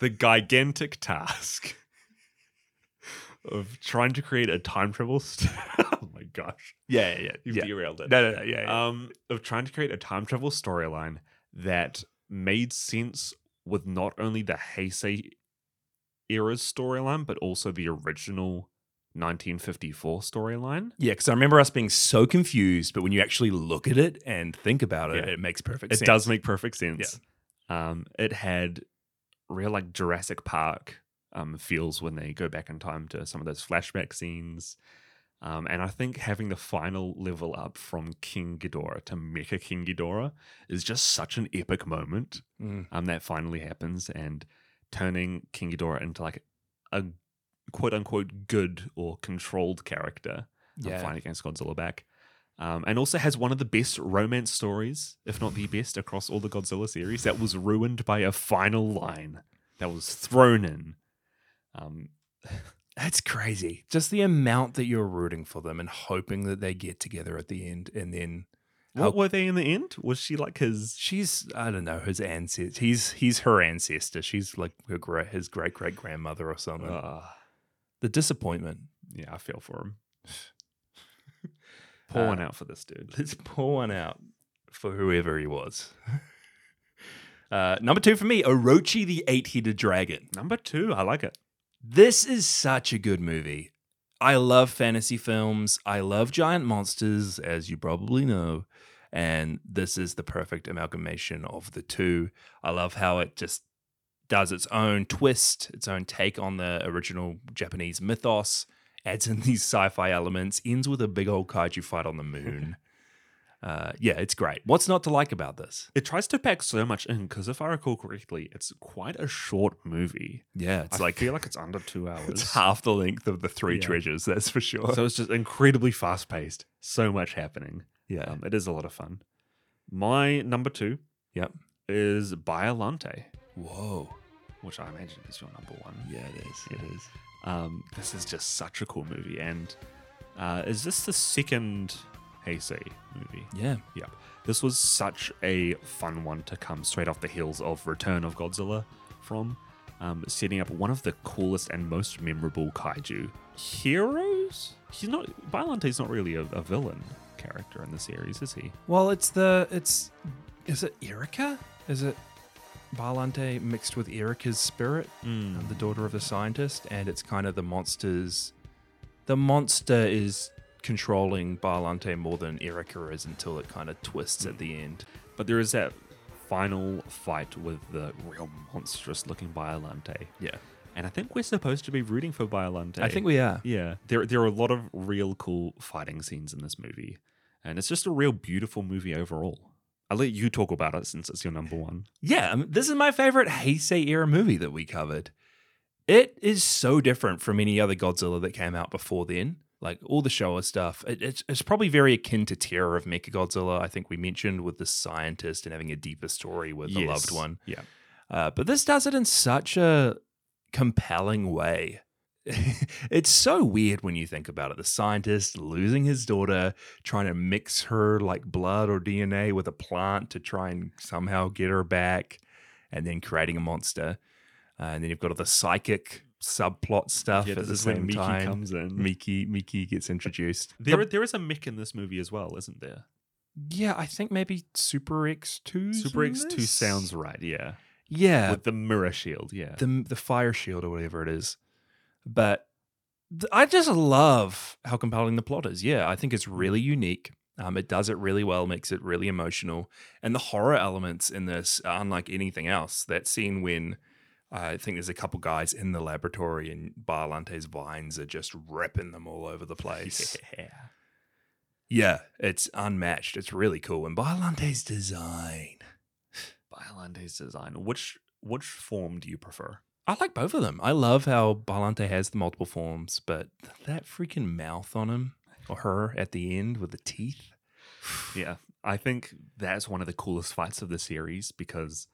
[SPEAKER 1] the gigantic task of trying to create a time travel. St- oh my gosh,
[SPEAKER 2] Yeah, yeah, yeah.
[SPEAKER 1] you've
[SPEAKER 2] yeah.
[SPEAKER 1] derailed it.
[SPEAKER 2] No, no, no. Yeah, yeah.
[SPEAKER 1] Um, of trying to create a time travel storyline that made sense with not only the Heisei era's storyline, but also the original 1954 storyline.
[SPEAKER 2] yeah, because I remember us being so confused, but when you actually look at it and think about it,
[SPEAKER 1] Yeah.
[SPEAKER 2] it makes perfect
[SPEAKER 1] It
[SPEAKER 2] sense.
[SPEAKER 1] does make perfect sense. Um, it had real like Jurassic Park um, feels when they go back in time to some of those flashback scenes. Um, and I think having the final level up from King Ghidorah to Mecha King Ghidorah is just such an epic moment
[SPEAKER 2] Mm.
[SPEAKER 1] um, that finally happens and turning King Ghidorah into like a quote unquote good or controlled character yeah.
[SPEAKER 2] Yeah.
[SPEAKER 1] finally against Godzilla back. Um, and also has one of the best romance stories, if not the best, across all the Godzilla series that was ruined by a final line that was thrown in. Um,
[SPEAKER 2] That's crazy. Just the amount that you're rooting for them and hoping that they get together at the end, and then
[SPEAKER 1] what
[SPEAKER 2] How-
[SPEAKER 1] were they in the end? Was she like his.
[SPEAKER 2] she's I don't know his ancestor. He's he's her ancestor. She's like her gra- his great great grandmother or something.
[SPEAKER 1] Uh,
[SPEAKER 2] the disappointment.
[SPEAKER 1] yeah, I feel for him. Pour one
[SPEAKER 2] Uh,
[SPEAKER 1] out for this dude.
[SPEAKER 2] Let's pour one out for whoever he was. Uh, number two for me, Orochi the Eight Headed Dragon.
[SPEAKER 1] Number two, I like it.
[SPEAKER 2] This is such a good movie. I love fantasy films. I love giant monsters, as you probably know. And this is the perfect amalgamation of the two. I love how it just does its own twist, its own take on the original Japanese mythos, adds in these sci fi elements, ends with a big old kaiju fight on the moon. uh, yeah, it's great. What's not to like about this?
[SPEAKER 1] It tries to pack so much in because if I recall correctly, it's quite a short movie.
[SPEAKER 2] Yeah, it's
[SPEAKER 1] I
[SPEAKER 2] like
[SPEAKER 1] feel like it's under two hours.
[SPEAKER 2] it's half the length of the three
[SPEAKER 1] Yeah.
[SPEAKER 2] treasures, that's for sure.
[SPEAKER 1] so it's just incredibly fast paced. So much happening.
[SPEAKER 2] yeah.
[SPEAKER 1] Um, it is a lot of fun. My number two,
[SPEAKER 2] Yep.
[SPEAKER 1] is Biolante,
[SPEAKER 2] Whoa.
[SPEAKER 1] which I imagine is your number one.
[SPEAKER 2] Yeah, it is. It is.
[SPEAKER 1] Um, this is just such a cool movie, and uh, is this the second Heisei movie?
[SPEAKER 2] Yeah.
[SPEAKER 1] Yep. This was such a fun one to come straight off the heels of Return of Godzilla from, um, setting up one of the coolest and most memorable kaiju heroes. He's not Biolante's not really a, a villain character in the series, is he?
[SPEAKER 2] Well, it's the it's is it Erica? Is it Balante mixed with Erica's spirit, um, the daughter of the scientist, and it's kind of the monsters. The monster is controlling Balante more than Erica is until it kind of twists at the end.
[SPEAKER 1] But there is that final fight with the real monstrous looking Biolante.
[SPEAKER 2] Yeah,
[SPEAKER 1] And I think we're supposed to be rooting for Biolante.
[SPEAKER 2] I think we are.
[SPEAKER 1] Yeah. There there are a lot of real cool fighting scenes in this movie. And it's just a real beautiful movie overall. I'll let you talk about it since it's your number one.
[SPEAKER 2] Yeah, I mean, this is my favorite Heisei era movie that we covered. It is so different from any other Godzilla that came out before then. Like all the Showa stuff, it, it's, it's probably very akin to Terror of Mechagodzilla. I think we mentioned with the scientist and having a deeper story with the loved one.
[SPEAKER 1] Yeah.
[SPEAKER 2] Uh, but this does it in such a compelling way. it's so weird when you think about it. The scientist losing his daughter, trying to mix her like blood or DNA with a plant to try and somehow get her back, and then creating a monster. Uh, and then you've got all the psychic subplot stuff
[SPEAKER 1] yeah
[SPEAKER 2] at
[SPEAKER 1] this
[SPEAKER 2] the
[SPEAKER 1] is when
[SPEAKER 2] same
[SPEAKER 1] Miki
[SPEAKER 2] time.
[SPEAKER 1] comes in.
[SPEAKER 2] Miki, Miki gets introduced.
[SPEAKER 1] There, there is a Mick in this movie as well, isn't there?
[SPEAKER 2] yeah, I think maybe Super X two.
[SPEAKER 1] Super X2 sounds right, yeah.
[SPEAKER 2] yeah,
[SPEAKER 1] With the mirror shield, yeah.
[SPEAKER 2] the the fire shield or whatever it is. But th- I just love how compelling the plot is. Yeah, I think it's really unique. Um, it does it really well, makes it really emotional, and the horror elements in this are unlike anything else. That scene when I think there's a couple guys in the laboratory and Barlante's vines are just ripping them all over the place.
[SPEAKER 1] yeah.
[SPEAKER 2] Yeah, it's unmatched. It's really cool. And Barlante's design,
[SPEAKER 1] Biolante's design. Which which form do you prefer?
[SPEAKER 2] I like both of them. I love how Balante has the multiple forms, but that freaking mouth on him or her at the end with the teeth.
[SPEAKER 1] Yeah, I think that's one of the coolest fights of the series because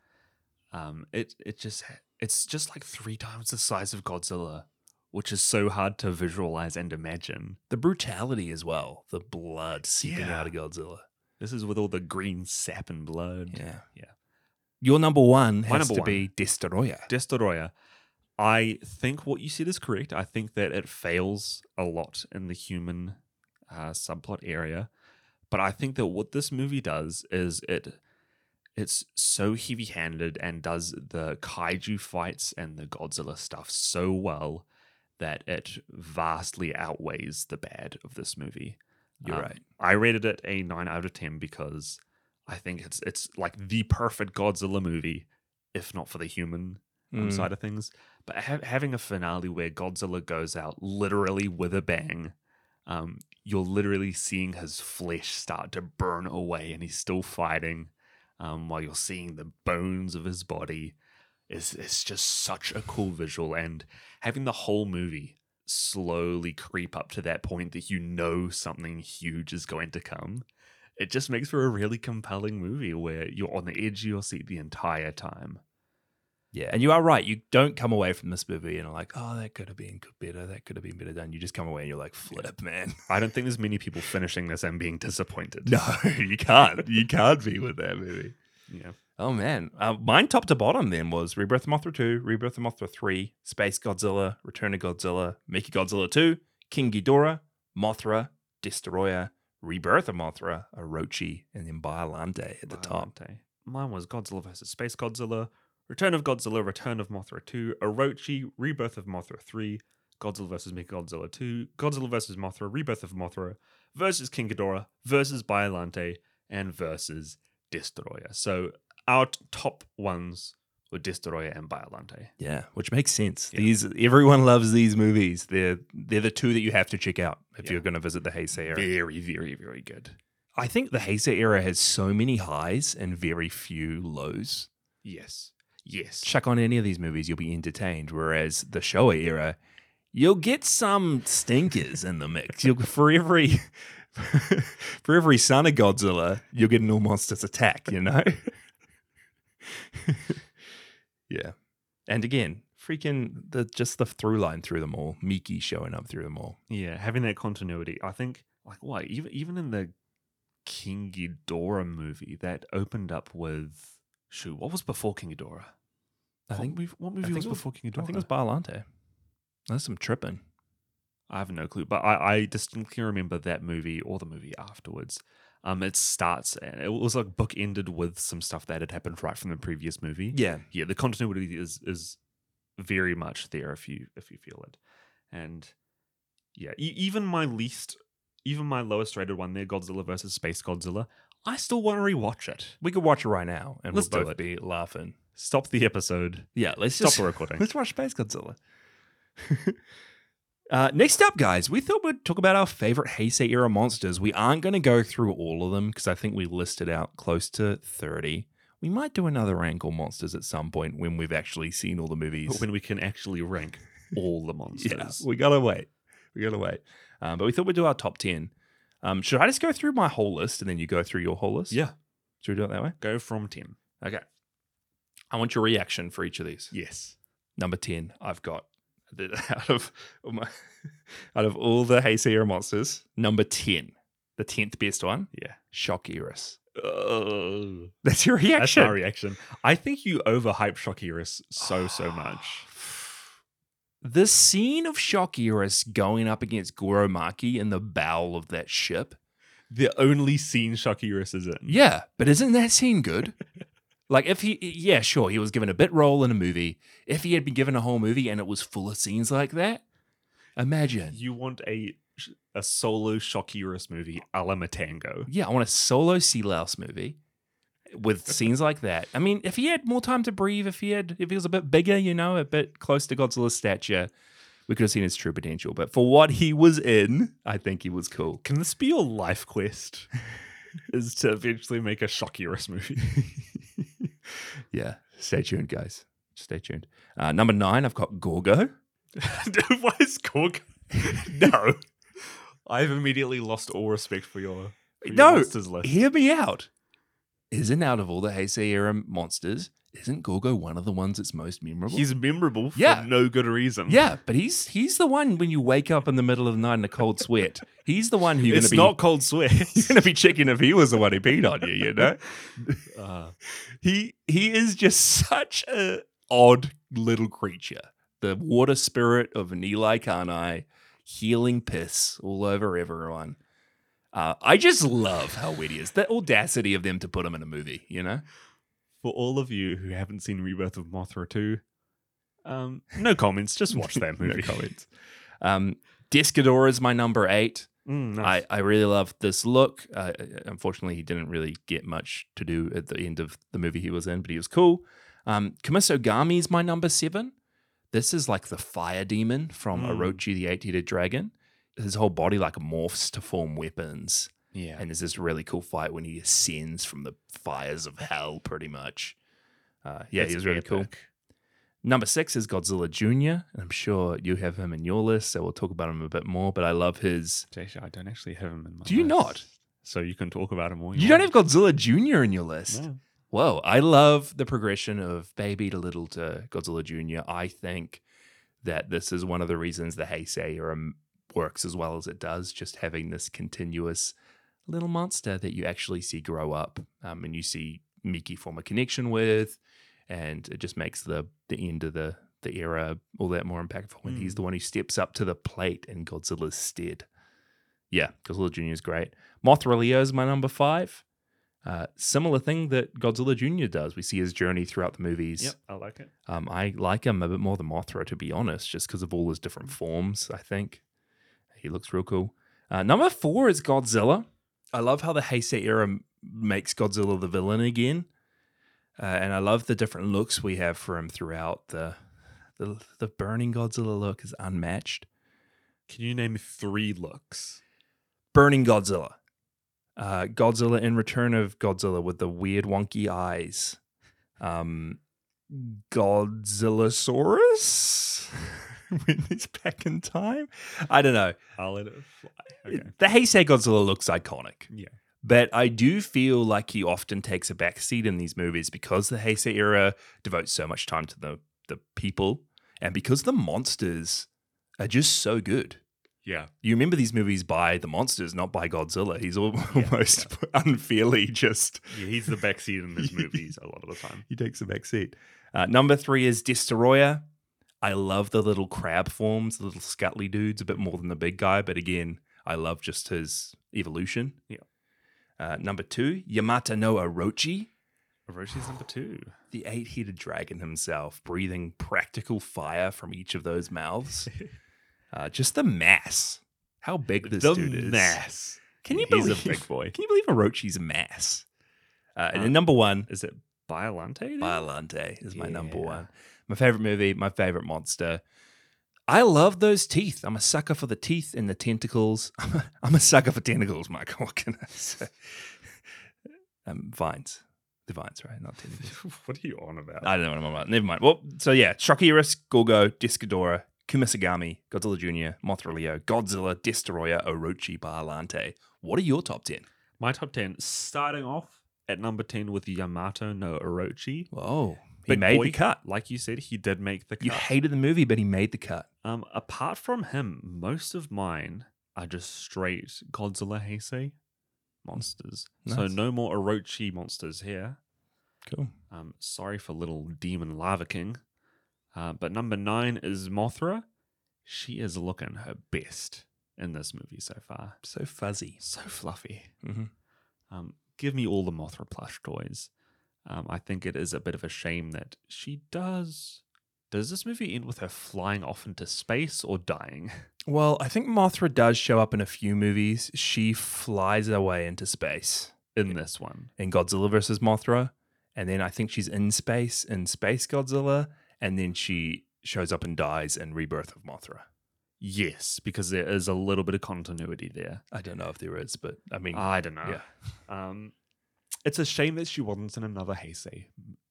[SPEAKER 1] Um, it it just it's just like three times the size of Godzilla, which is so hard to visualize and imagine.
[SPEAKER 2] The brutality as well, the blood seeping
[SPEAKER 1] Yeah.
[SPEAKER 2] out of Godzilla.
[SPEAKER 1] This is with all the green sap and blood.
[SPEAKER 2] Yeah.
[SPEAKER 1] Yeah.
[SPEAKER 2] Your number one
[SPEAKER 1] My
[SPEAKER 2] has
[SPEAKER 1] number
[SPEAKER 2] to
[SPEAKER 1] one.
[SPEAKER 2] be Destoroyah.
[SPEAKER 1] Destoroyah, I think what you said is correct. I think that it fails a lot in the human uh, subplot area, but I think that what this movie does is it it's so heavy-handed and does the kaiju fights and the Godzilla stuff so well that it vastly outweighs the bad of this movie.
[SPEAKER 2] You're
[SPEAKER 1] Um,
[SPEAKER 2] right.
[SPEAKER 1] I rated it a nine out of ten because I think it's it's like the perfect Godzilla movie, if not for the human um,
[SPEAKER 2] Mm.
[SPEAKER 1] side of things. But ha- having a finale where Godzilla goes out literally with a bang, um, you're literally seeing his flesh start to burn away, and he's still fighting, um, while you're seeing the bones of his body. Is it's just such a cool visual, and having the whole movie slowly creep up to that point that you know something huge is going to come. It just makes for a really compelling movie where you're on the edge of your seat the entire time.
[SPEAKER 2] Yeah, and you are right. You don't come away from this movie and are like, oh, that could have been good, better. That could have been better done. You just come away and you're like, flip, man.
[SPEAKER 1] I don't think there's many people finishing this and being disappointed.
[SPEAKER 2] No, you can't. You can't be with that movie.
[SPEAKER 1] Yeah.
[SPEAKER 2] Oh man, uh, mine top to bottom then was Rebirth of Mothra two, Rebirth of Mothra three, Space Godzilla, Return of Godzilla, Mickey Godzilla two, King Ghidorah, Mothra, Destoroyah, Rebirth of Mothra, Orochi, and then Biolante at the top.
[SPEAKER 1] Biollante. Mine was Godzilla versus Space Godzilla, Return of Godzilla, Return of Mothra 2, Orochi, Rebirth of Mothra 3, Godzilla versus Mechagodzilla 2, Godzilla versus Mothra, Rebirth of Mothra, versus King Ghidorah, versus Biolante, and versus Destoroyah. So our t- top ones were Destoroyah and Biolante.
[SPEAKER 2] Yeah, which makes sense.
[SPEAKER 1] Yeah.
[SPEAKER 2] These everyone loves these movies. They're they're the two that you have to check out if
[SPEAKER 1] Yeah.
[SPEAKER 2] you're going to visit the Heisei era.
[SPEAKER 1] Very, very, very good.
[SPEAKER 2] I think the Heisei era has so many highs and very few lows.
[SPEAKER 1] Yes. Yes.
[SPEAKER 2] chuck on any of these movies, you'll be entertained. Whereas the Showa era, you'll get some stinkers in the mix. You'll for every for every son of Godzilla, you'll get an all monsters attack. You know. yeah, and again, freaking the just the through line through them all, Miki showing up through them all.
[SPEAKER 1] Yeah, having that continuity. I think, like, what even even in the King Ghidorah movie that opened up with shoot, what was before King Ghidorah?
[SPEAKER 2] I
[SPEAKER 1] What
[SPEAKER 2] think
[SPEAKER 1] mov- what movie
[SPEAKER 2] think
[SPEAKER 1] was
[SPEAKER 2] it was-
[SPEAKER 1] before King
[SPEAKER 2] I
[SPEAKER 1] Ghidorah?
[SPEAKER 2] think it was Biolante. That's some tripping.
[SPEAKER 1] I have no clue, but I, I distinctly remember that movie or the movie afterwards. Um, it starts and it was like bookended with some stuff that had happened right from the previous movie.
[SPEAKER 2] Yeah,
[SPEAKER 1] yeah, the continuity is is very much there if you if you feel it, and yeah, e- even my least, even my lowest rated one there, Godzilla versus Space Godzilla, I still want to rewatch it.
[SPEAKER 2] we could watch it right now, and
[SPEAKER 1] Let's do
[SPEAKER 2] we'll both
[SPEAKER 1] it.
[SPEAKER 2] be laughing.
[SPEAKER 1] Stop the episode.
[SPEAKER 2] Yeah, let's
[SPEAKER 1] Stop
[SPEAKER 2] just-
[SPEAKER 1] the recording.
[SPEAKER 2] Let's watch Space Godzilla. uh, next up, guys, we thought we'd talk about our favorite Heisei era monsters. We aren't going to go through all of them because I think we listed out close to 30. We might do another rank all monsters at some point when we've actually seen all the movies.
[SPEAKER 1] when we can actually rank all the monsters.
[SPEAKER 2] Yeah, we gotta wait. We gotta wait. Um, but we thought we'd do our top 10. Um, should I just go through my whole list and then you go through your whole list?
[SPEAKER 1] Yeah,
[SPEAKER 2] Should we do it that way?
[SPEAKER 1] go from ten.
[SPEAKER 2] Okay. I want your reaction for each of these.
[SPEAKER 1] Yes.
[SPEAKER 2] number 10 i've got the, out of all my, out of all the Heisei era monsters number 10 the 10th best one
[SPEAKER 1] Yeah.
[SPEAKER 2] shock Eris.
[SPEAKER 1] Oh,
[SPEAKER 2] that's your
[SPEAKER 1] that's my
[SPEAKER 2] reaction
[SPEAKER 1] reaction. I think you overhype Shockerus so so much.
[SPEAKER 2] the scene of shock Eris going up against goromaki in the bowel of that ship
[SPEAKER 1] The only scene Shockerus is in.
[SPEAKER 2] yeah but isn't that scene good like if he yeah sure he was given a bit role in a movie if he had been given a whole movie and it was full of scenes like that imagine
[SPEAKER 1] You want a sh- a solo Shockerus movie a la Matango.
[SPEAKER 2] Yeah, I want a solo sea louse movie with scenes like that. I mean, if he had more time to breathe, if he had, if he was a bit bigger, you know, a bit close to Godzilla's stature, we could have seen his true potential. But for what he was in, I think he was cool.
[SPEAKER 1] Can this be your life quest? is to eventually make a Shockerus movie.
[SPEAKER 2] yeah, stay tuned, guys. Stay tuned. Uh, number nine, I've got Gorgo.
[SPEAKER 1] Dude, Why is Gorg? no. I've immediately lost all respect for your, for your
[SPEAKER 2] No,
[SPEAKER 1] monsters list.
[SPEAKER 2] Hear me out. Isn't out of all the Heisei era monsters, isn't Gorgo one of the ones that's most memorable?
[SPEAKER 1] He's memorable for
[SPEAKER 2] Yeah.
[SPEAKER 1] no good reason.
[SPEAKER 2] yeah, but he's he's the one when you wake up in the middle of the night in a cold sweat. He's the one who you're
[SPEAKER 1] it's
[SPEAKER 2] gonna be
[SPEAKER 1] not cold sweat.
[SPEAKER 2] you're gonna be checking if he was the one who peed on you. You know,
[SPEAKER 1] uh,
[SPEAKER 2] he he is just such a odd little creature. The water spirit of an Eli Kanai, healing piss all over everyone. Uh, I just love how witty is the audacity of them to put him in a movie. You know,
[SPEAKER 1] for all of you who haven't seen Rebirth of Mothra 2, um, no comments. Just watch that
[SPEAKER 2] No
[SPEAKER 1] movie.
[SPEAKER 2] comments. Um, Descador is my number eight.
[SPEAKER 1] Mm, nice.
[SPEAKER 2] I, I really love this look. Uh, unfortunately, he didn't really get much to do at the end of the movie he was in, but he was cool. Um, Kamisogami is my number seven. This is like the fire demon from
[SPEAKER 1] Mm.
[SPEAKER 2] Orochi the Eight Headed Dragon. His whole body like morphs to form weapons.
[SPEAKER 1] yeah.
[SPEAKER 2] And there's this really cool fight when he ascends from the fires of hell, pretty much. Uh, yeah,
[SPEAKER 1] That's
[SPEAKER 2] he was really cool.
[SPEAKER 1] epic.
[SPEAKER 2] Number six is Godzilla Jr. and I'm sure you have him in your list, so we'll talk about him a bit more. But I love his.
[SPEAKER 1] Jason, I don't actually have him in my
[SPEAKER 2] Do you
[SPEAKER 1] list.
[SPEAKER 2] not?
[SPEAKER 1] So you can talk about him all
[SPEAKER 2] You don't have
[SPEAKER 1] want.
[SPEAKER 2] Godzilla Jr. in your list.
[SPEAKER 1] No.
[SPEAKER 2] Whoa, I love the progression of Baby to Little to Godzilla Jr. I think that this is one of the reasons the Heisei era m- works as well as it does, just having this continuous little monster that you actually see grow up um, and you see Miki form a connection with. And it just makes the, the end of the, the era all that more impactful when he's
[SPEAKER 1] Mm.
[SPEAKER 2] the one who steps up to the plate in Godzilla's stead. Yeah, Godzilla Jr. is great. Mothra Leo is my number five. Uh, similar thing that Godzilla Jr. does. We see his journey throughout the movies.
[SPEAKER 1] Yep, I like it.
[SPEAKER 2] Um, I like him a bit more than Mothra, to be honest, just because of all his different forms, I think. He looks real cool. Uh, number four is Godzilla. I love how the Heisei era m- makes Godzilla the villain again. Uh, and I love the different looks we have for him throughout. The, the, the burning Godzilla look is unmatched.
[SPEAKER 1] Can you name three looks?
[SPEAKER 2] Burning Godzilla. Uh, Godzilla in Return of Godzilla with the weird wonky eyes. Um, Godzillasaurus when he's back in time. I don't know.
[SPEAKER 1] I'll let it fly. Okay.
[SPEAKER 2] The Heisei Godzilla looks iconic.
[SPEAKER 1] Yeah.
[SPEAKER 2] But I do feel like he often takes a backseat in these movies because the Heisei era devotes so much time to the, the people and because the monsters are just so good
[SPEAKER 1] Yeah.
[SPEAKER 2] you remember these movies by the monsters, not by Godzilla. He's al- almost unfairly just
[SPEAKER 1] Yeah, he's the backseat in his movies a lot of the time.
[SPEAKER 2] he takes a back seat. Uh, number three is Destoroyah. I love the little crab forms, the little scuttly dudes, a bit more than the big guy, but again, I love just his evolution.
[SPEAKER 1] Yeah.
[SPEAKER 2] Uh, number two, Yamata no Orochi,
[SPEAKER 1] Oroshi's number two.
[SPEAKER 2] the eight-headed dragon himself, breathing practical fire from each of those mouths. Uh, just the mass. How big this
[SPEAKER 1] the
[SPEAKER 2] dude is.
[SPEAKER 1] mass.
[SPEAKER 2] Can you
[SPEAKER 1] He's
[SPEAKER 2] believe
[SPEAKER 1] a big boy.
[SPEAKER 2] Can you believe Orochi's a mass? Uh, and
[SPEAKER 1] Uh,
[SPEAKER 2] then number one,
[SPEAKER 1] Is it Biolante?
[SPEAKER 2] Violante is my number
[SPEAKER 1] Yeah.
[SPEAKER 2] one. My favorite movie, my favorite monster. I love those teeth. I'm a sucker for the teeth and the tentacles. I'm a, I'm a sucker for tentacles, Michael. What can I say? Um, vines. The vines, right? Not tentacles.
[SPEAKER 1] what are you on about?
[SPEAKER 2] I don't know what I'm on about. Never mind. Well, so yeah, Shokirus, Gorgo, Discadora, Kumisagami, Godzilla Jr., Mothra Leo, Godzilla, Destoroyah, Orochi, Barlante. What are your top 10?
[SPEAKER 1] My top 10, starting off at number 10 with Yamato no Orochi.
[SPEAKER 2] Whoa. He
[SPEAKER 1] Big
[SPEAKER 2] made
[SPEAKER 1] boy.
[SPEAKER 2] the cut.
[SPEAKER 1] Like you said, he did make the cut.
[SPEAKER 2] You hated the movie, but he made the cut.
[SPEAKER 1] Um, apart from him, most of mine are just straight Godzilla Heisei monsters. So
[SPEAKER 2] Nice.
[SPEAKER 1] no more Orochi monsters here.
[SPEAKER 2] Cool.
[SPEAKER 1] Um, sorry for little demon Lava King. Uh, but number nine is Mothra. She is looking her best in this movie so far.
[SPEAKER 2] So fuzzy.
[SPEAKER 1] So fluffy.
[SPEAKER 2] Mhm.
[SPEAKER 1] Um, give me all the Mothra plush toys. Um, I think it is a bit of a shame that she does. Does this movie end with her flying off into space or dying?
[SPEAKER 2] Well, I think Mothra does show up in a few movies. She flies away into space
[SPEAKER 1] in this one.
[SPEAKER 2] in Godzilla versus Mothra. And then I think she's in space in Space Godzilla. And then she shows up and dies in Rebirth of Mothra.
[SPEAKER 1] Yes, because there is a little bit of continuity there.
[SPEAKER 2] I don't know if there is, but I mean,
[SPEAKER 1] I don't know.
[SPEAKER 2] yeah.
[SPEAKER 1] Um, it's a shame that she wasn't in another Heisei,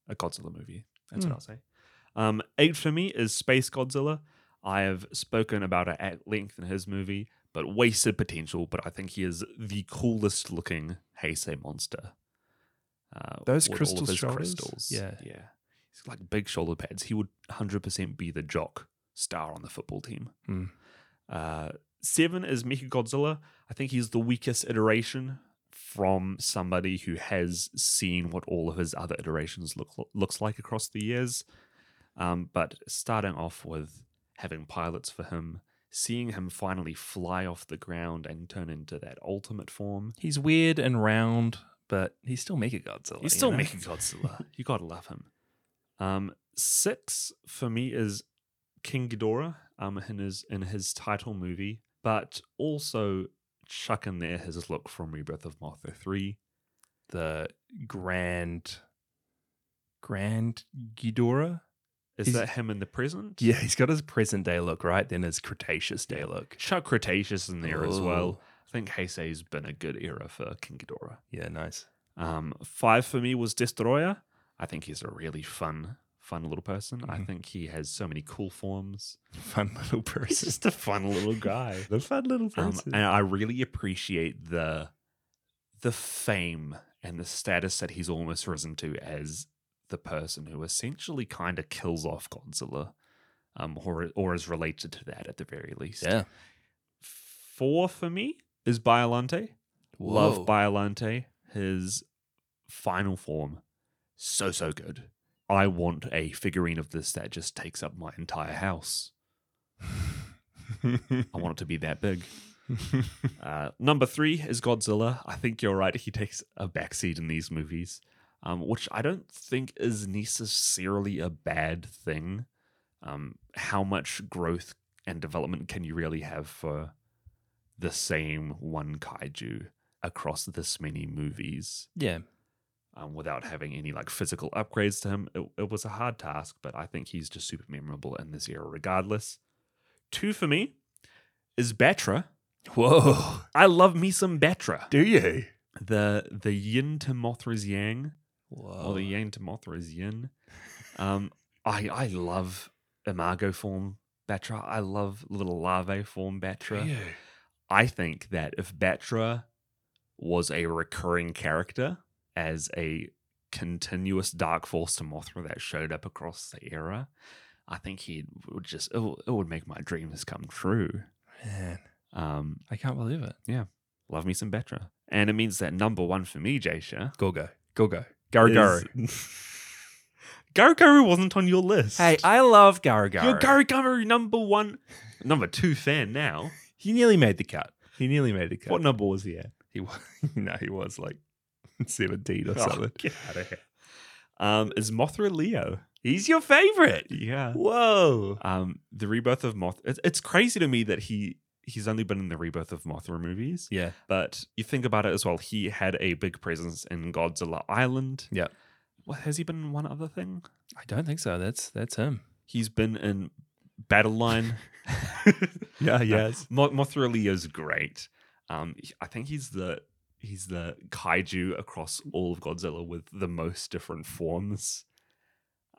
[SPEAKER 1] a Godzilla movie. That's
[SPEAKER 2] Hmm.
[SPEAKER 1] what I'll say. Um, eight for me is Space Godzilla. I have spoken about it at length in his movie, but wasted potential. But I think he is the coolest looking Heisei monster. Uh,
[SPEAKER 3] Those
[SPEAKER 1] with all of
[SPEAKER 3] crystal
[SPEAKER 1] his
[SPEAKER 3] shoulders?
[SPEAKER 2] Yeah.
[SPEAKER 1] yeah. He's like big shoulder pads. He would 100% be the jock star on the football team.
[SPEAKER 2] Hmm.
[SPEAKER 1] Uh, seven is Mecha Godzilla. I think he's the weakest iteration from somebody who has seen what all of his other iterations look looks like across the years. Um, but starting off with having pilots for him, seeing him finally fly off the ground and turn into that ultimate form.
[SPEAKER 2] He's weird and round, but he's still Mega Godzilla.
[SPEAKER 1] He's
[SPEAKER 2] you
[SPEAKER 1] still
[SPEAKER 2] know?
[SPEAKER 1] making Godzilla. you gotta love him. Um, six for me is King Ghidorah. Um, in his in his title movie, but also chuck in there his look from Rebirth of Mothra three.
[SPEAKER 2] the Grand Grand Ghidorah.
[SPEAKER 1] Is
[SPEAKER 2] He's-
[SPEAKER 1] that him in the present?
[SPEAKER 2] Yeah, he's got his present day look right, then his Cretaceous day look
[SPEAKER 1] Chuck Cretaceous in there as well.
[SPEAKER 2] Ooh.
[SPEAKER 1] I think Heisei's been a good era for King Ghidorah.
[SPEAKER 2] Yeah, nice.
[SPEAKER 1] Um, five for me was Destroyer. I think he's a really fun, fun little person. I
[SPEAKER 2] Mhm.
[SPEAKER 1] think he has so many cool forms.
[SPEAKER 2] Fun little
[SPEAKER 1] He's
[SPEAKER 2] person.
[SPEAKER 1] just a fun little guy.
[SPEAKER 2] the fun little
[SPEAKER 1] Um, and I really appreciate the the fame and the status that he's almost risen to as the person who essentially kind of kills off Godzilla, um, or or is related to that at the very least.
[SPEAKER 2] yeah.
[SPEAKER 1] Four for me is Biolante. Love
[SPEAKER 2] Whoa.
[SPEAKER 1] Biolante. His final form, so so good. I want a figurine of this that just takes up my entire house. I want it to be that big. Uh, number three is Godzilla. I think you're right. He takes a backseat in these movies, um, which I don't think is necessarily a bad thing. Um, how much growth and development can you really have for the same one kaiju across this many movies
[SPEAKER 2] yeah.
[SPEAKER 1] um, without having any like physical upgrades to him? It, it was a hard task, but I think he's just super memorable in this era, regardless. Two for me is Batra.
[SPEAKER 2] Whoa.
[SPEAKER 1] I love me some Batra.
[SPEAKER 2] Do you?
[SPEAKER 1] The the yin to Mothra's yang,
[SPEAKER 2] Whoa.
[SPEAKER 1] or the yang to Mothra's yin. Um, I I love Imago form Batra. I love little larvae form Batra. I think that if Batra was a recurring character as a continuous dark force to Mothra that showed up across the era, I think he would just it would- it would make my dreams come true.
[SPEAKER 2] Man,
[SPEAKER 1] Um,
[SPEAKER 2] I can't believe it.
[SPEAKER 1] love me some Batra. And it means that number one for me, Jaysha.
[SPEAKER 2] Gogo. Gogo.
[SPEAKER 1] Garugaru.
[SPEAKER 2] Garugaru.
[SPEAKER 1] Garugaru wasn't on your list.
[SPEAKER 2] Hey, I love Garugaru.
[SPEAKER 1] You're Garugaru number one, number two fan now.
[SPEAKER 2] He nearly made the cut. He nearly made the cut.
[SPEAKER 1] What number was he at?
[SPEAKER 2] He was, no, he was like 17 or
[SPEAKER 1] Oh,
[SPEAKER 2] something.
[SPEAKER 1] get out of here. Um, is Mothra Leo?
[SPEAKER 2] He's your favorite.
[SPEAKER 1] Yeah.
[SPEAKER 2] Whoa.
[SPEAKER 1] Um, the rebirth of Mothra. It's, it's crazy to me that he he's only been in the rebirth of Mothra movies.
[SPEAKER 2] Yeah.
[SPEAKER 1] But you think about it as well. He had a big presence in Godzilla Island.
[SPEAKER 2] Yeah.
[SPEAKER 1] What has he been in one other thing?
[SPEAKER 2] I don't think so. That's that's him.
[SPEAKER 1] He's been in Battle Line.
[SPEAKER 2] Yeah,
[SPEAKER 1] Mo- Mothra Leo's great. Um, he- I think he's the he's the kaiju across all of Godzilla with the most different forms,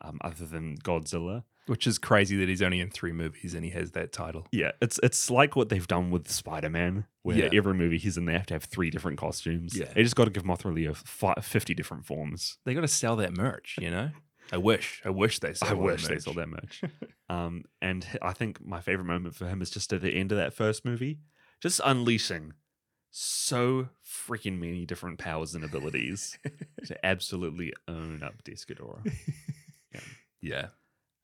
[SPEAKER 1] um, other than Godzilla.
[SPEAKER 2] Which is crazy that he's only in three movies and he has that title.
[SPEAKER 1] Yeah, it's it's like what they've done with Spider Man, where
[SPEAKER 2] Yeah.
[SPEAKER 1] every movie he's in, they have to have three different costumes.
[SPEAKER 2] Yeah.
[SPEAKER 1] they just got to give Mothra Leo fi- fifty different forms.
[SPEAKER 2] They got to sell that merch, you know? I wish. I wish they sold
[SPEAKER 1] I
[SPEAKER 2] all
[SPEAKER 1] wish
[SPEAKER 2] that
[SPEAKER 1] they
[SPEAKER 2] merch.
[SPEAKER 1] saw that merch. um, and h- I think my favorite moment for him is just at the end of that first movie, just unleashing so freaking many different powers and abilities to absolutely own up Descadora.
[SPEAKER 2] Yeah.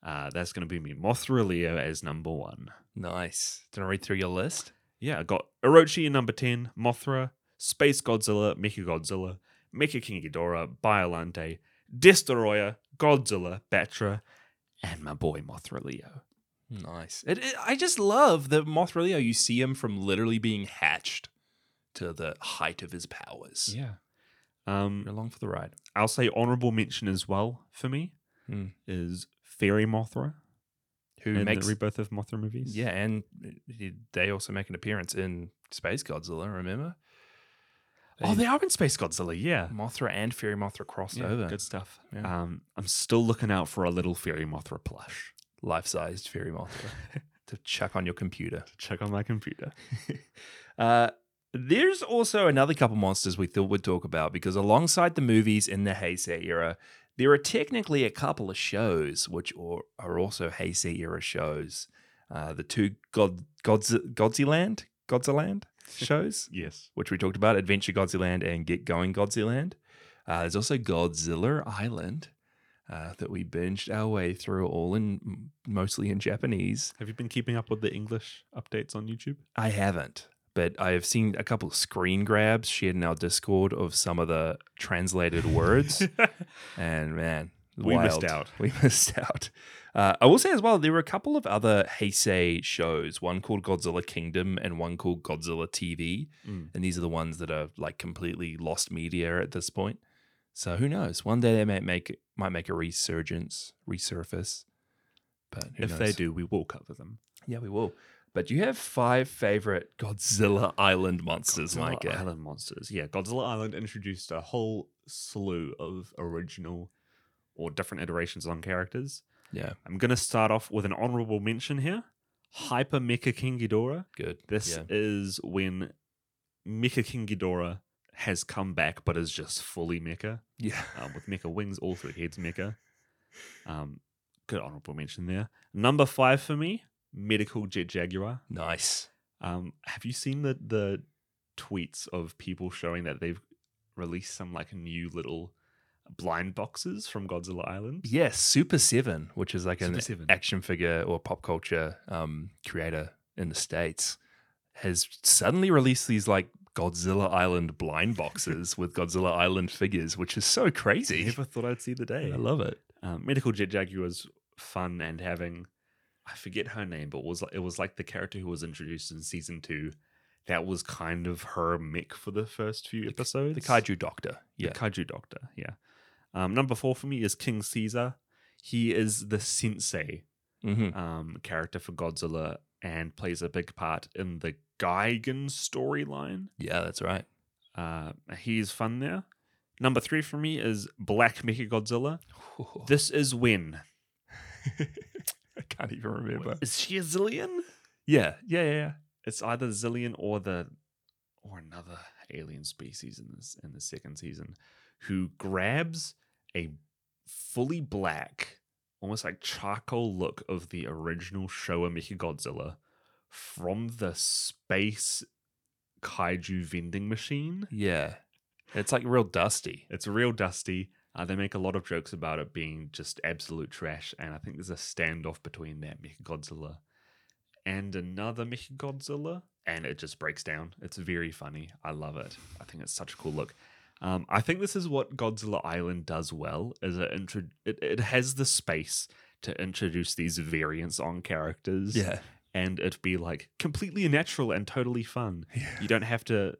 [SPEAKER 1] Uh, that's going to be me, Mothra Leo, as number one.
[SPEAKER 2] Nice. Did I read through your list?
[SPEAKER 1] Yeah, I got Orochi in number 10, Mothra, Space Godzilla, Mecha Godzilla, Mecha King Ghidorah, Biolante, Destoroyah, Godzilla, Batra, and my boy Mothra Leo.
[SPEAKER 2] Nice. It, it- I just love that Mothra Leo, you see him from literally being hatched to the height of his powers.
[SPEAKER 1] Yeah. Um,
[SPEAKER 2] You're along for the ride.
[SPEAKER 1] I'll say honorable mention as well for me
[SPEAKER 2] Hmm.
[SPEAKER 1] is Fairy Mothra
[SPEAKER 2] Who
[SPEAKER 1] in
[SPEAKER 2] makes
[SPEAKER 1] the Rebirth of Mothra movies.
[SPEAKER 2] Yeah, and he- they also make an appearance in Space Godzilla, remember?
[SPEAKER 1] Oh, they are in Space Godzilla. Yeah.
[SPEAKER 2] Mothra and Fairy Mothra crossed
[SPEAKER 1] Yeah,
[SPEAKER 2] over.
[SPEAKER 1] Good stuff.
[SPEAKER 2] Yeah.
[SPEAKER 1] Um, I'm still looking out for a little Fairy Mothra plush
[SPEAKER 2] Life sized Fairy Mothra to chuck on your computer.
[SPEAKER 1] to check on my computer.
[SPEAKER 2] Uh, There's also another couple monsters we thought we'd talk about because alongside the movies in the Heisei era, there are technically a couple of shows which are, are also Heisei era shows. Uh, the two God God's Godsyland Godsyland shows,
[SPEAKER 1] Yes.
[SPEAKER 2] which we talked about, Adventure Godsyland and Get Going Godsyland. Uh, there's also Godzilla Island uh, that we binged our way through, all in mostly in Japanese.
[SPEAKER 1] Have you been keeping up with the English updates on YouTube?
[SPEAKER 2] I haven't, but I have seen a couple of screen grabs shared in our Discord of some of the translated words, and man,
[SPEAKER 1] We missed
[SPEAKER 2] wild.
[SPEAKER 1] out.
[SPEAKER 2] We missed out. Uh, I will say as well, there were a couple of other Heisei shows. One called Godzilla Kingdom and one called Godzilla TV,
[SPEAKER 1] Mm.
[SPEAKER 2] and these are the ones that are like completely lost media at this point. So who knows? One day they might make might make a resurgence, resurface. But who
[SPEAKER 1] if
[SPEAKER 2] knows?
[SPEAKER 1] they do, we will cover them.
[SPEAKER 2] Yeah, we will. But you have five favorite Godzilla Island monsters,
[SPEAKER 1] Godzilla
[SPEAKER 2] Micah.
[SPEAKER 1] Island monsters. Yeah, Godzilla Island introduced a whole slew of original or different iterations on characters.
[SPEAKER 2] Yeah,
[SPEAKER 1] I'm going to start off with an honorable mention here Hyper Mecha King Ghidorah.
[SPEAKER 2] good.
[SPEAKER 1] This
[SPEAKER 2] yeah.
[SPEAKER 1] is when Mecha King Ghidorah has come back but is just fully mecha,
[SPEAKER 2] yeah.
[SPEAKER 1] um, with mecha wings, all three heads mecha. Um, good honorable mention there. Number five for me Medical Jet Jaguar.
[SPEAKER 2] nice.
[SPEAKER 1] Um, have you seen the the tweets of people showing that they've released some like new little blind boxes from Godzilla Island?
[SPEAKER 2] Yes, Super Seven, which is like an
[SPEAKER 1] Super 7.
[SPEAKER 2] action figure or pop culture um, creator in the states, has suddenly released these like Godzilla Island blind boxes with Godzilla Island figures, which is so crazy.
[SPEAKER 1] Never thought I'd see the day.
[SPEAKER 2] I love it.
[SPEAKER 1] Um, Medical Jet Jaguar's fun and having I forget her name, but was it was like the character who was introduced in season two. That was kind of her mech for the first few episodes.
[SPEAKER 2] The Kaiju Doctor.
[SPEAKER 1] The
[SPEAKER 2] Yeah,
[SPEAKER 1] kaiju doctor, yeah. Um, number four for me is King Caesar. He is the sensei
[SPEAKER 2] mm-hmm.
[SPEAKER 1] um, character for Godzilla and plays a big part in the Gigan storyline.
[SPEAKER 2] yeah, that's right.
[SPEAKER 1] Uh, he's fun there. Number three for me is Black Mechagodzilla. This is when
[SPEAKER 2] I can't even remember.
[SPEAKER 1] is she a zillion?
[SPEAKER 2] Yeah, yeah, yeah, yeah.
[SPEAKER 1] It's either zillion or the or another alien species in this in the second season who grabs a fully black, almost like charcoal look of the original Showa Mechagodzilla from the space kaiju vending machine.
[SPEAKER 2] Yeah. It's like real dusty.
[SPEAKER 1] It's real dusty. Uh, they make a lot of jokes about it being just absolute trash, and I think there's a standoff between that Mechagodzilla and another Mechagodzilla, and it just breaks down. It's very funny. I love it. I think it's such a cool look. Um, I think this is what Godzilla Island does well. Is it, intro- it it has the space to introduce these variants on characters, and it be like completely natural and totally fun you don't have to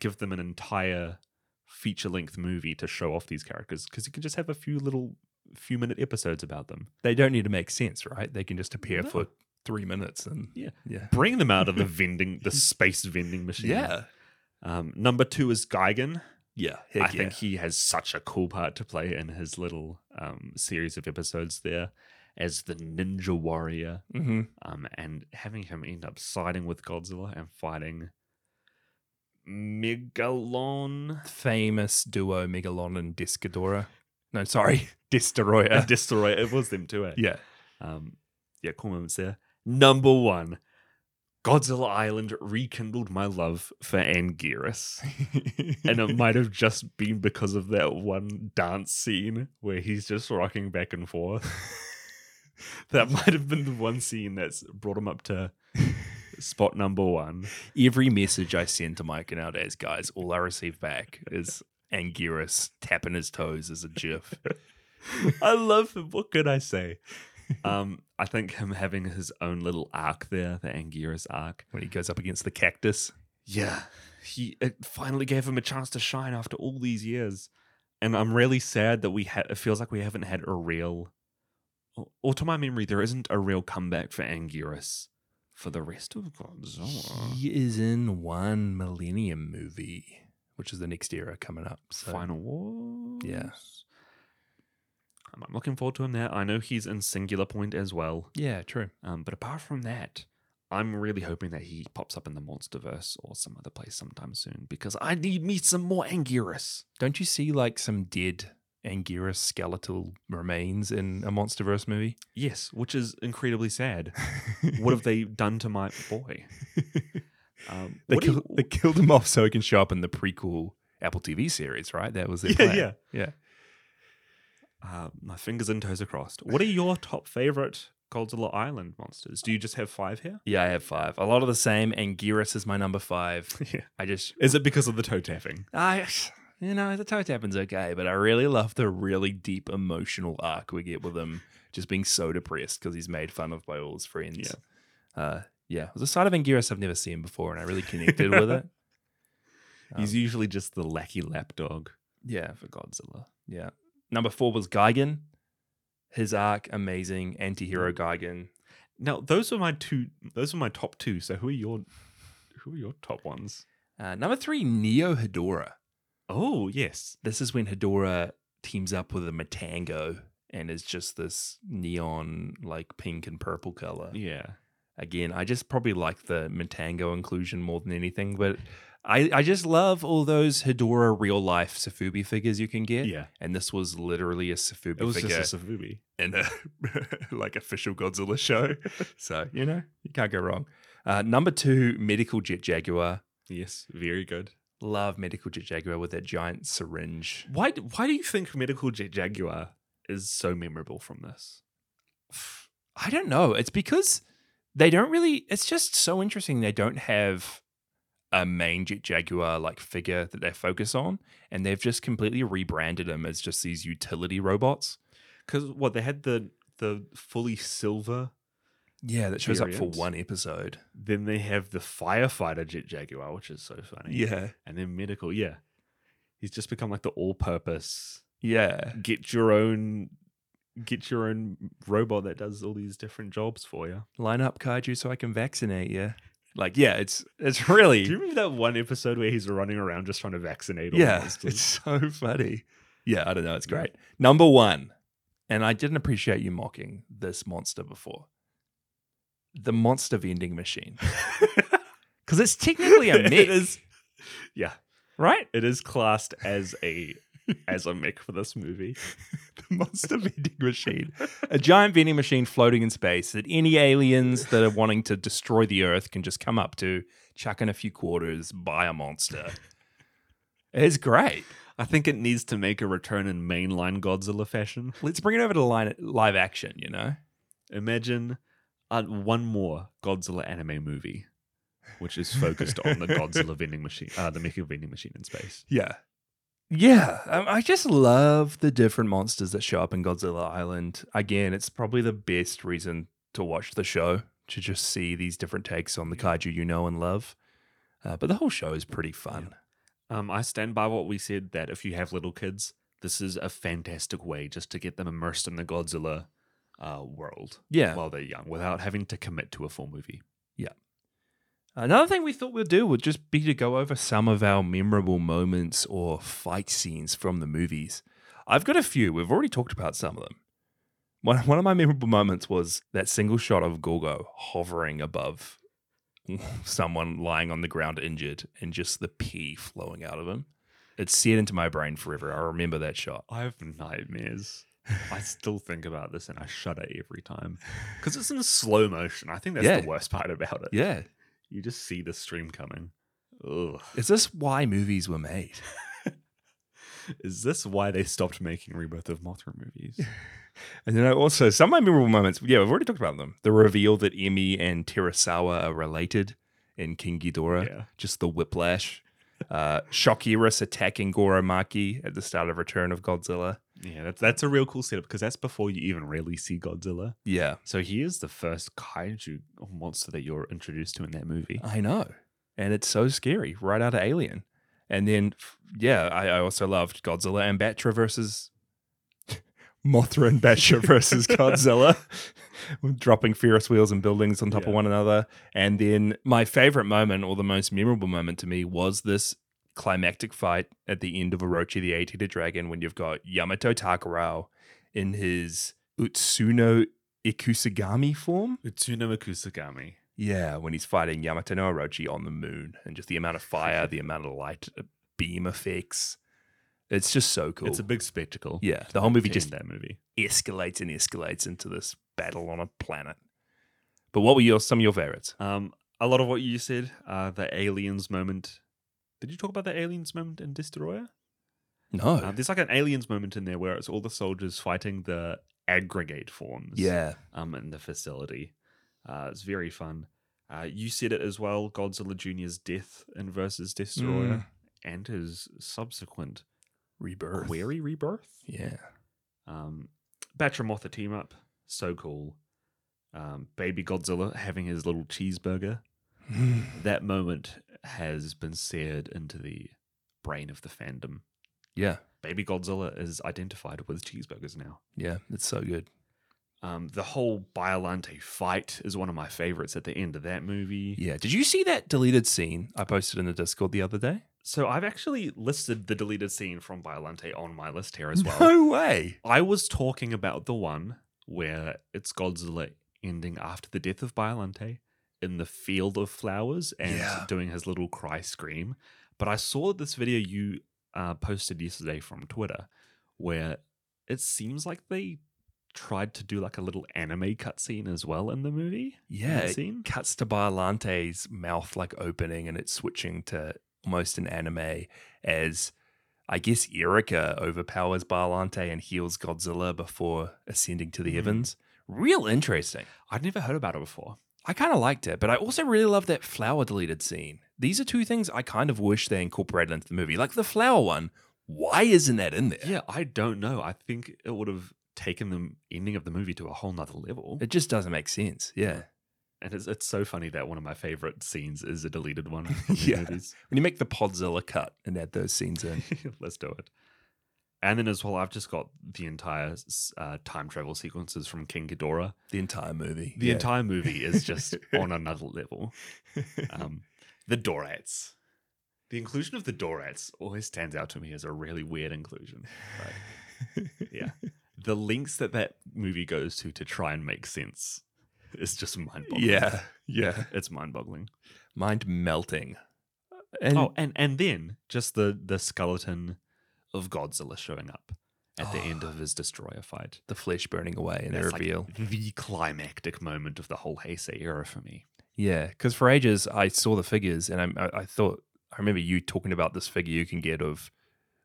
[SPEAKER 1] give them an entire feature length movie to show off these characters because you can just have a few little few minute episodes about them.
[SPEAKER 2] They don't need to make sense, right? They can just appear
[SPEAKER 1] No.
[SPEAKER 2] for three minutes and
[SPEAKER 1] Yeah.
[SPEAKER 2] Yeah.
[SPEAKER 1] Bring them out of the vending, the space vending machine.
[SPEAKER 2] Yeah.
[SPEAKER 1] Um, number two is Gigan.
[SPEAKER 2] Yeah.
[SPEAKER 1] I
[SPEAKER 2] Heck yeah.
[SPEAKER 1] think he has such a cool part to play in his little um, series of episodes there as the ninja warrior.
[SPEAKER 2] Mhm.
[SPEAKER 1] um, and having him end up siding with Godzilla and fighting Megalon
[SPEAKER 2] Famous duo Megalon and Discadora. No, sorry. Destroyer.
[SPEAKER 1] and uh, Destroyer. It was them too. eh?
[SPEAKER 2] yeah.
[SPEAKER 1] Um, yeah, cool moments there. Number one, Godzilla Island rekindled my love for Anguirus. And it might have just been because of that one dance scene where he's just rocking back and forth. that might have been the one scene that's brought him up to spot number one.
[SPEAKER 2] Every message I send to Micah nowadays, guys, all I receive back is Anguirus tapping his toes as a gif.
[SPEAKER 1] I love him. What could I say? Um, I think him having his own little arc there, the Anguirus arc,
[SPEAKER 2] when he goes up against the cactus.
[SPEAKER 1] yeah, he it finally gave him a chance to shine after all these years, and I'm really sad that we ha- it feels like we haven't had a real, or, or to my memory, there isn't a real comeback for Anguirus for the rest of Godzilla.
[SPEAKER 2] He is in one Millennium movie, which is the next era coming up. So.
[SPEAKER 1] Final Wars.
[SPEAKER 2] Yeah.
[SPEAKER 1] I'm I'm looking forward to him there. I know he's in Singular Point as well.
[SPEAKER 2] Yeah, true.
[SPEAKER 1] Um, but apart from that, I'm really hoping that he pops up in the MonsterVerse or some other place sometime soon because I need me some more Anguirus.
[SPEAKER 2] Don't you see like some dead Anguirus skeletal remains in a MonsterVerse movie?
[SPEAKER 1] Yes, which is incredibly sad. what have they done to my boy? Um,
[SPEAKER 2] They,
[SPEAKER 1] what do
[SPEAKER 2] kill,
[SPEAKER 1] you-
[SPEAKER 2] they killed him off so he can show up in the prequel Apple TV series, right? That was their
[SPEAKER 1] Yeah,
[SPEAKER 2] plan.
[SPEAKER 1] yeah.
[SPEAKER 2] yeah.
[SPEAKER 1] uh, my fingers and toes are crossed. What are your top favorite Godzilla Island monsters? Do you just have five here?
[SPEAKER 2] Yeah, I have five. A lot of the same. Anguirus is my number five.
[SPEAKER 1] yeah.
[SPEAKER 2] I just,
[SPEAKER 1] Is it because of the toe tapping?
[SPEAKER 2] I, you know, the toe tapping's okay, but I really love the really deep emotional arc we get with him just being so depressed because he's made fun of by all his friends. Yeah. Uh, yeah. It was a side of Anguirus I've never seen before and I really connected with it.
[SPEAKER 1] He's
[SPEAKER 2] Um,
[SPEAKER 1] usually just the lackey lapdog.
[SPEAKER 2] yeah, for Godzilla. Yeah. Number four was Gigan. His arc, amazing. Anti hero
[SPEAKER 1] Mm-hmm.
[SPEAKER 2] Gigan.
[SPEAKER 1] Now those were my two. Those were my top two. So who are your who are your top ones?
[SPEAKER 2] Uh, number three, Neo Hedora.
[SPEAKER 1] Oh yes,
[SPEAKER 2] This is when Hedora teams up with a Matango and is just this neon, like pink and purple color.
[SPEAKER 1] yeah.
[SPEAKER 2] Again, I just probably like the Matango inclusion more than anything, but I, I just love all those Hedora real life Safubi figures you can get.
[SPEAKER 1] Yeah.
[SPEAKER 2] And this was literally a Safubi
[SPEAKER 1] It was
[SPEAKER 2] figure
[SPEAKER 1] just a Savubi.
[SPEAKER 2] in a like official Godzilla show. So, you know, you can't go wrong. Uh, number two, Medical Jet Jaguar.
[SPEAKER 1] Yes, very good.
[SPEAKER 2] Love Medical Jet Jaguar with that giant syringe.
[SPEAKER 1] Why? d- Why do you think Medical Jet Jaguar is so memorable from this?
[SPEAKER 2] I don't know. It's because they don't really. It's just so interesting. They don't have a main Jet Jaguar like figure that they focus on, and they've just completely rebranded them as just these utility robots.
[SPEAKER 1] Because what they had the the fully silver,
[SPEAKER 2] Yeah, that shows up for
[SPEAKER 1] Variants.
[SPEAKER 2] one episode.
[SPEAKER 1] then they have the firefighter Jet Jaguar, which is so funny.
[SPEAKER 2] Yeah,
[SPEAKER 1] and then medical. Yeah, he's just become like the all-purpose.
[SPEAKER 2] yeah,
[SPEAKER 1] Get your own. Get your own robot that does all these different jobs for you.
[SPEAKER 2] line up kaiju so I can vaccinate you. Like, yeah, it's it's really
[SPEAKER 1] Do you remember that one episode where he's running around just trying to vaccinate all the
[SPEAKER 2] yeah,
[SPEAKER 1] monsters?
[SPEAKER 2] it's so funny. Yeah, I don't know. It's great. Number one, and I didn't appreciate you mocking this monster before. The monster vending machine, because it's technically a
[SPEAKER 1] it
[SPEAKER 2] mech,
[SPEAKER 1] is. Yeah,
[SPEAKER 2] right?
[SPEAKER 1] it is classed as a as a mech for this movie.
[SPEAKER 2] The monster vending machine, a giant vending machine floating in space that any aliens that are wanting to destroy the Earth can just come up to, chuck in a few quarters, buy a monster. It's great.
[SPEAKER 1] I think it needs to make a return in mainline Godzilla fashion.
[SPEAKER 2] Let's bring it over to line, live action. You know.
[SPEAKER 1] Imagine uh, one more Godzilla anime movie, which is focused on the Godzilla vending machine, uh, the mecha vending machine in space.
[SPEAKER 2] Yeah. Yeah. Um, I just love the different monsters that show up in Godzilla Island. Again, it's probably the best reason to watch the show, to just see these different takes on the kaiju you know and love. Uh, but the whole show is pretty fun.
[SPEAKER 1] Um, I stand by what we said that if you have little kids, this is a fantastic way just to get them immersed in the Godzilla uh, world
[SPEAKER 2] Yeah.
[SPEAKER 1] while they're young without having to commit to a full movie.
[SPEAKER 2] Another thing we thought we'd do would just be to go over some of our memorable moments or fight scenes from the movies. I've got a few. We've already talked about some of them. One, one of my memorable moments was that single shot of Gorgo hovering above someone lying on the ground injured and just the pee flowing out of him. It's seared into my brain forever. I remember that shot.
[SPEAKER 1] I have nightmares. I still think about this and I shudder every time because it's in slow motion. I think that's
[SPEAKER 2] Yeah.
[SPEAKER 1] the worst part about it.
[SPEAKER 2] Yeah.
[SPEAKER 1] You just see the stream coming. Ugh.
[SPEAKER 2] Is this why movies were made?
[SPEAKER 1] Is this why they stopped making Rebirth of Mothra movies?
[SPEAKER 2] And then I also some of my memorable moments. Yeah, we've already talked about them. The reveal that Emmy and Terasawa are related in King Ghidorah.
[SPEAKER 1] yeah.
[SPEAKER 2] Just the whiplash. Uh, Shockirus attacking Goromaki at the start of Return of Godzilla.
[SPEAKER 1] Yeah, that's that's a real cool setup because that's before you even really see Godzilla.
[SPEAKER 2] Yeah,
[SPEAKER 1] So he is the first kaiju or monster that you're introduced to in that movie.
[SPEAKER 2] I know, and it's so scary, right out of Alien. And then, f- yeah, I, I also loved Godzilla and Batra versus Mothra and Batra versus Godzilla, dropping Ferris wheels and buildings on top
[SPEAKER 1] Yeah.
[SPEAKER 2] of one another. And then my favorite moment, or the most memorable moment to me, was this climactic fight at the end of Orochi the Eight-Headed Dragon when you've got Yamato Takarao in his Utsuno Ikusagami form.
[SPEAKER 1] Utsuno Makusagami.
[SPEAKER 2] Yeah, when he's fighting Yamato no Orochi on the moon, and just the amount of fire, the amount of light, uh, beam effects. It's just so cool.
[SPEAKER 1] It's a big spectacle.
[SPEAKER 2] yeah, the whole movie
[SPEAKER 1] to
[SPEAKER 2] just
[SPEAKER 1] end that movie.
[SPEAKER 2] escalates and escalates into this battle on a planet. But what were your some of your favorites?
[SPEAKER 1] Um, a lot of what you said, uh, the aliens moment. Did you talk about the aliens moment in Destroyer?
[SPEAKER 2] No.
[SPEAKER 1] Uh, there's like an aliens moment in there where it's all the soldiers fighting the aggregate forms.
[SPEAKER 2] yeah.
[SPEAKER 1] Um, in the facility, uh, it's very fun. Uh, you said it as well. Godzilla Junior's death in versus Destroyer and his subsequent
[SPEAKER 2] Rebirth.
[SPEAKER 1] query rebirth.
[SPEAKER 2] Yeah.
[SPEAKER 1] Um, Batramotha team up, so cool. Um, Baby Godzilla having his little cheeseburger. That moment has been seared into the brain of the fandom.
[SPEAKER 2] yeah.
[SPEAKER 1] Baby Godzilla is identified with cheeseburgers now.
[SPEAKER 2] Yeah. It's so good.
[SPEAKER 1] Um, the whole Biolante fight is one of my favorites at the end of that movie.
[SPEAKER 2] Yeah. Did you see that deleted scene I posted in the Discord the other day?
[SPEAKER 1] So I've actually listed the deleted scene from Biolante on my list here as well.
[SPEAKER 2] No way.
[SPEAKER 1] I was talking about the one where it's Godzilla ending after the death of Biolante in the field of flowers and
[SPEAKER 2] Yeah.
[SPEAKER 1] doing his little cry scream. But I saw this video you uh, posted yesterday from Twitter where it seems like they tried to do like a little anime cutscene as well in the movie. in
[SPEAKER 2] Yeah.
[SPEAKER 1] the
[SPEAKER 2] It
[SPEAKER 1] scene.
[SPEAKER 2] cuts to Barlante's mouth like opening and it's switching to almost an anime as I guess Erika overpowers Barlante and heals Godzilla before ascending to the
[SPEAKER 1] Mhm.
[SPEAKER 2] heavens. Real interesting.
[SPEAKER 1] I'd never heard about it before.
[SPEAKER 2] I kind of liked it, but I also really love that flower deleted scene. These are two things I kind of wish they incorporated into the movie. Like the flower one, why isn't that in there?
[SPEAKER 1] Yeah, I don't know. I think it would have taken the ending of the movie to a whole nother level.
[SPEAKER 2] It just doesn't make sense. Yeah.
[SPEAKER 1] And it's, it's so funny that one of my favorite scenes is a deleted one. from the
[SPEAKER 2] Yeah.
[SPEAKER 1] movies.
[SPEAKER 2] When you make the Podzilla cut and add those scenes in.
[SPEAKER 1] Let's do it. And then as well, I've just got the entire s- uh, time travel sequences from King Ghidorah.
[SPEAKER 2] The entire movie.
[SPEAKER 1] The
[SPEAKER 2] Yeah.
[SPEAKER 1] entire movie is just on another level. Um, the Dorats. The inclusion of the Dorats always stands out to me as a really weird inclusion. But yeah. The links that that movie goes to to try and make sense is just mind boggling.
[SPEAKER 2] Yeah. Yeah.
[SPEAKER 1] It's mind boggling.
[SPEAKER 2] Mind melting. And
[SPEAKER 1] oh, and and then just the the skeleton of Godzilla showing up at the end
[SPEAKER 2] Oh.
[SPEAKER 1] of his destroyer fight.
[SPEAKER 2] the flesh burning away and the
[SPEAKER 1] That's like
[SPEAKER 2] reveal.
[SPEAKER 1] the climactic moment of the whole Heisei era for me.
[SPEAKER 2] Yeah, because for ages I saw the figures and I, I, I thought I remember you talking about this figure you can get of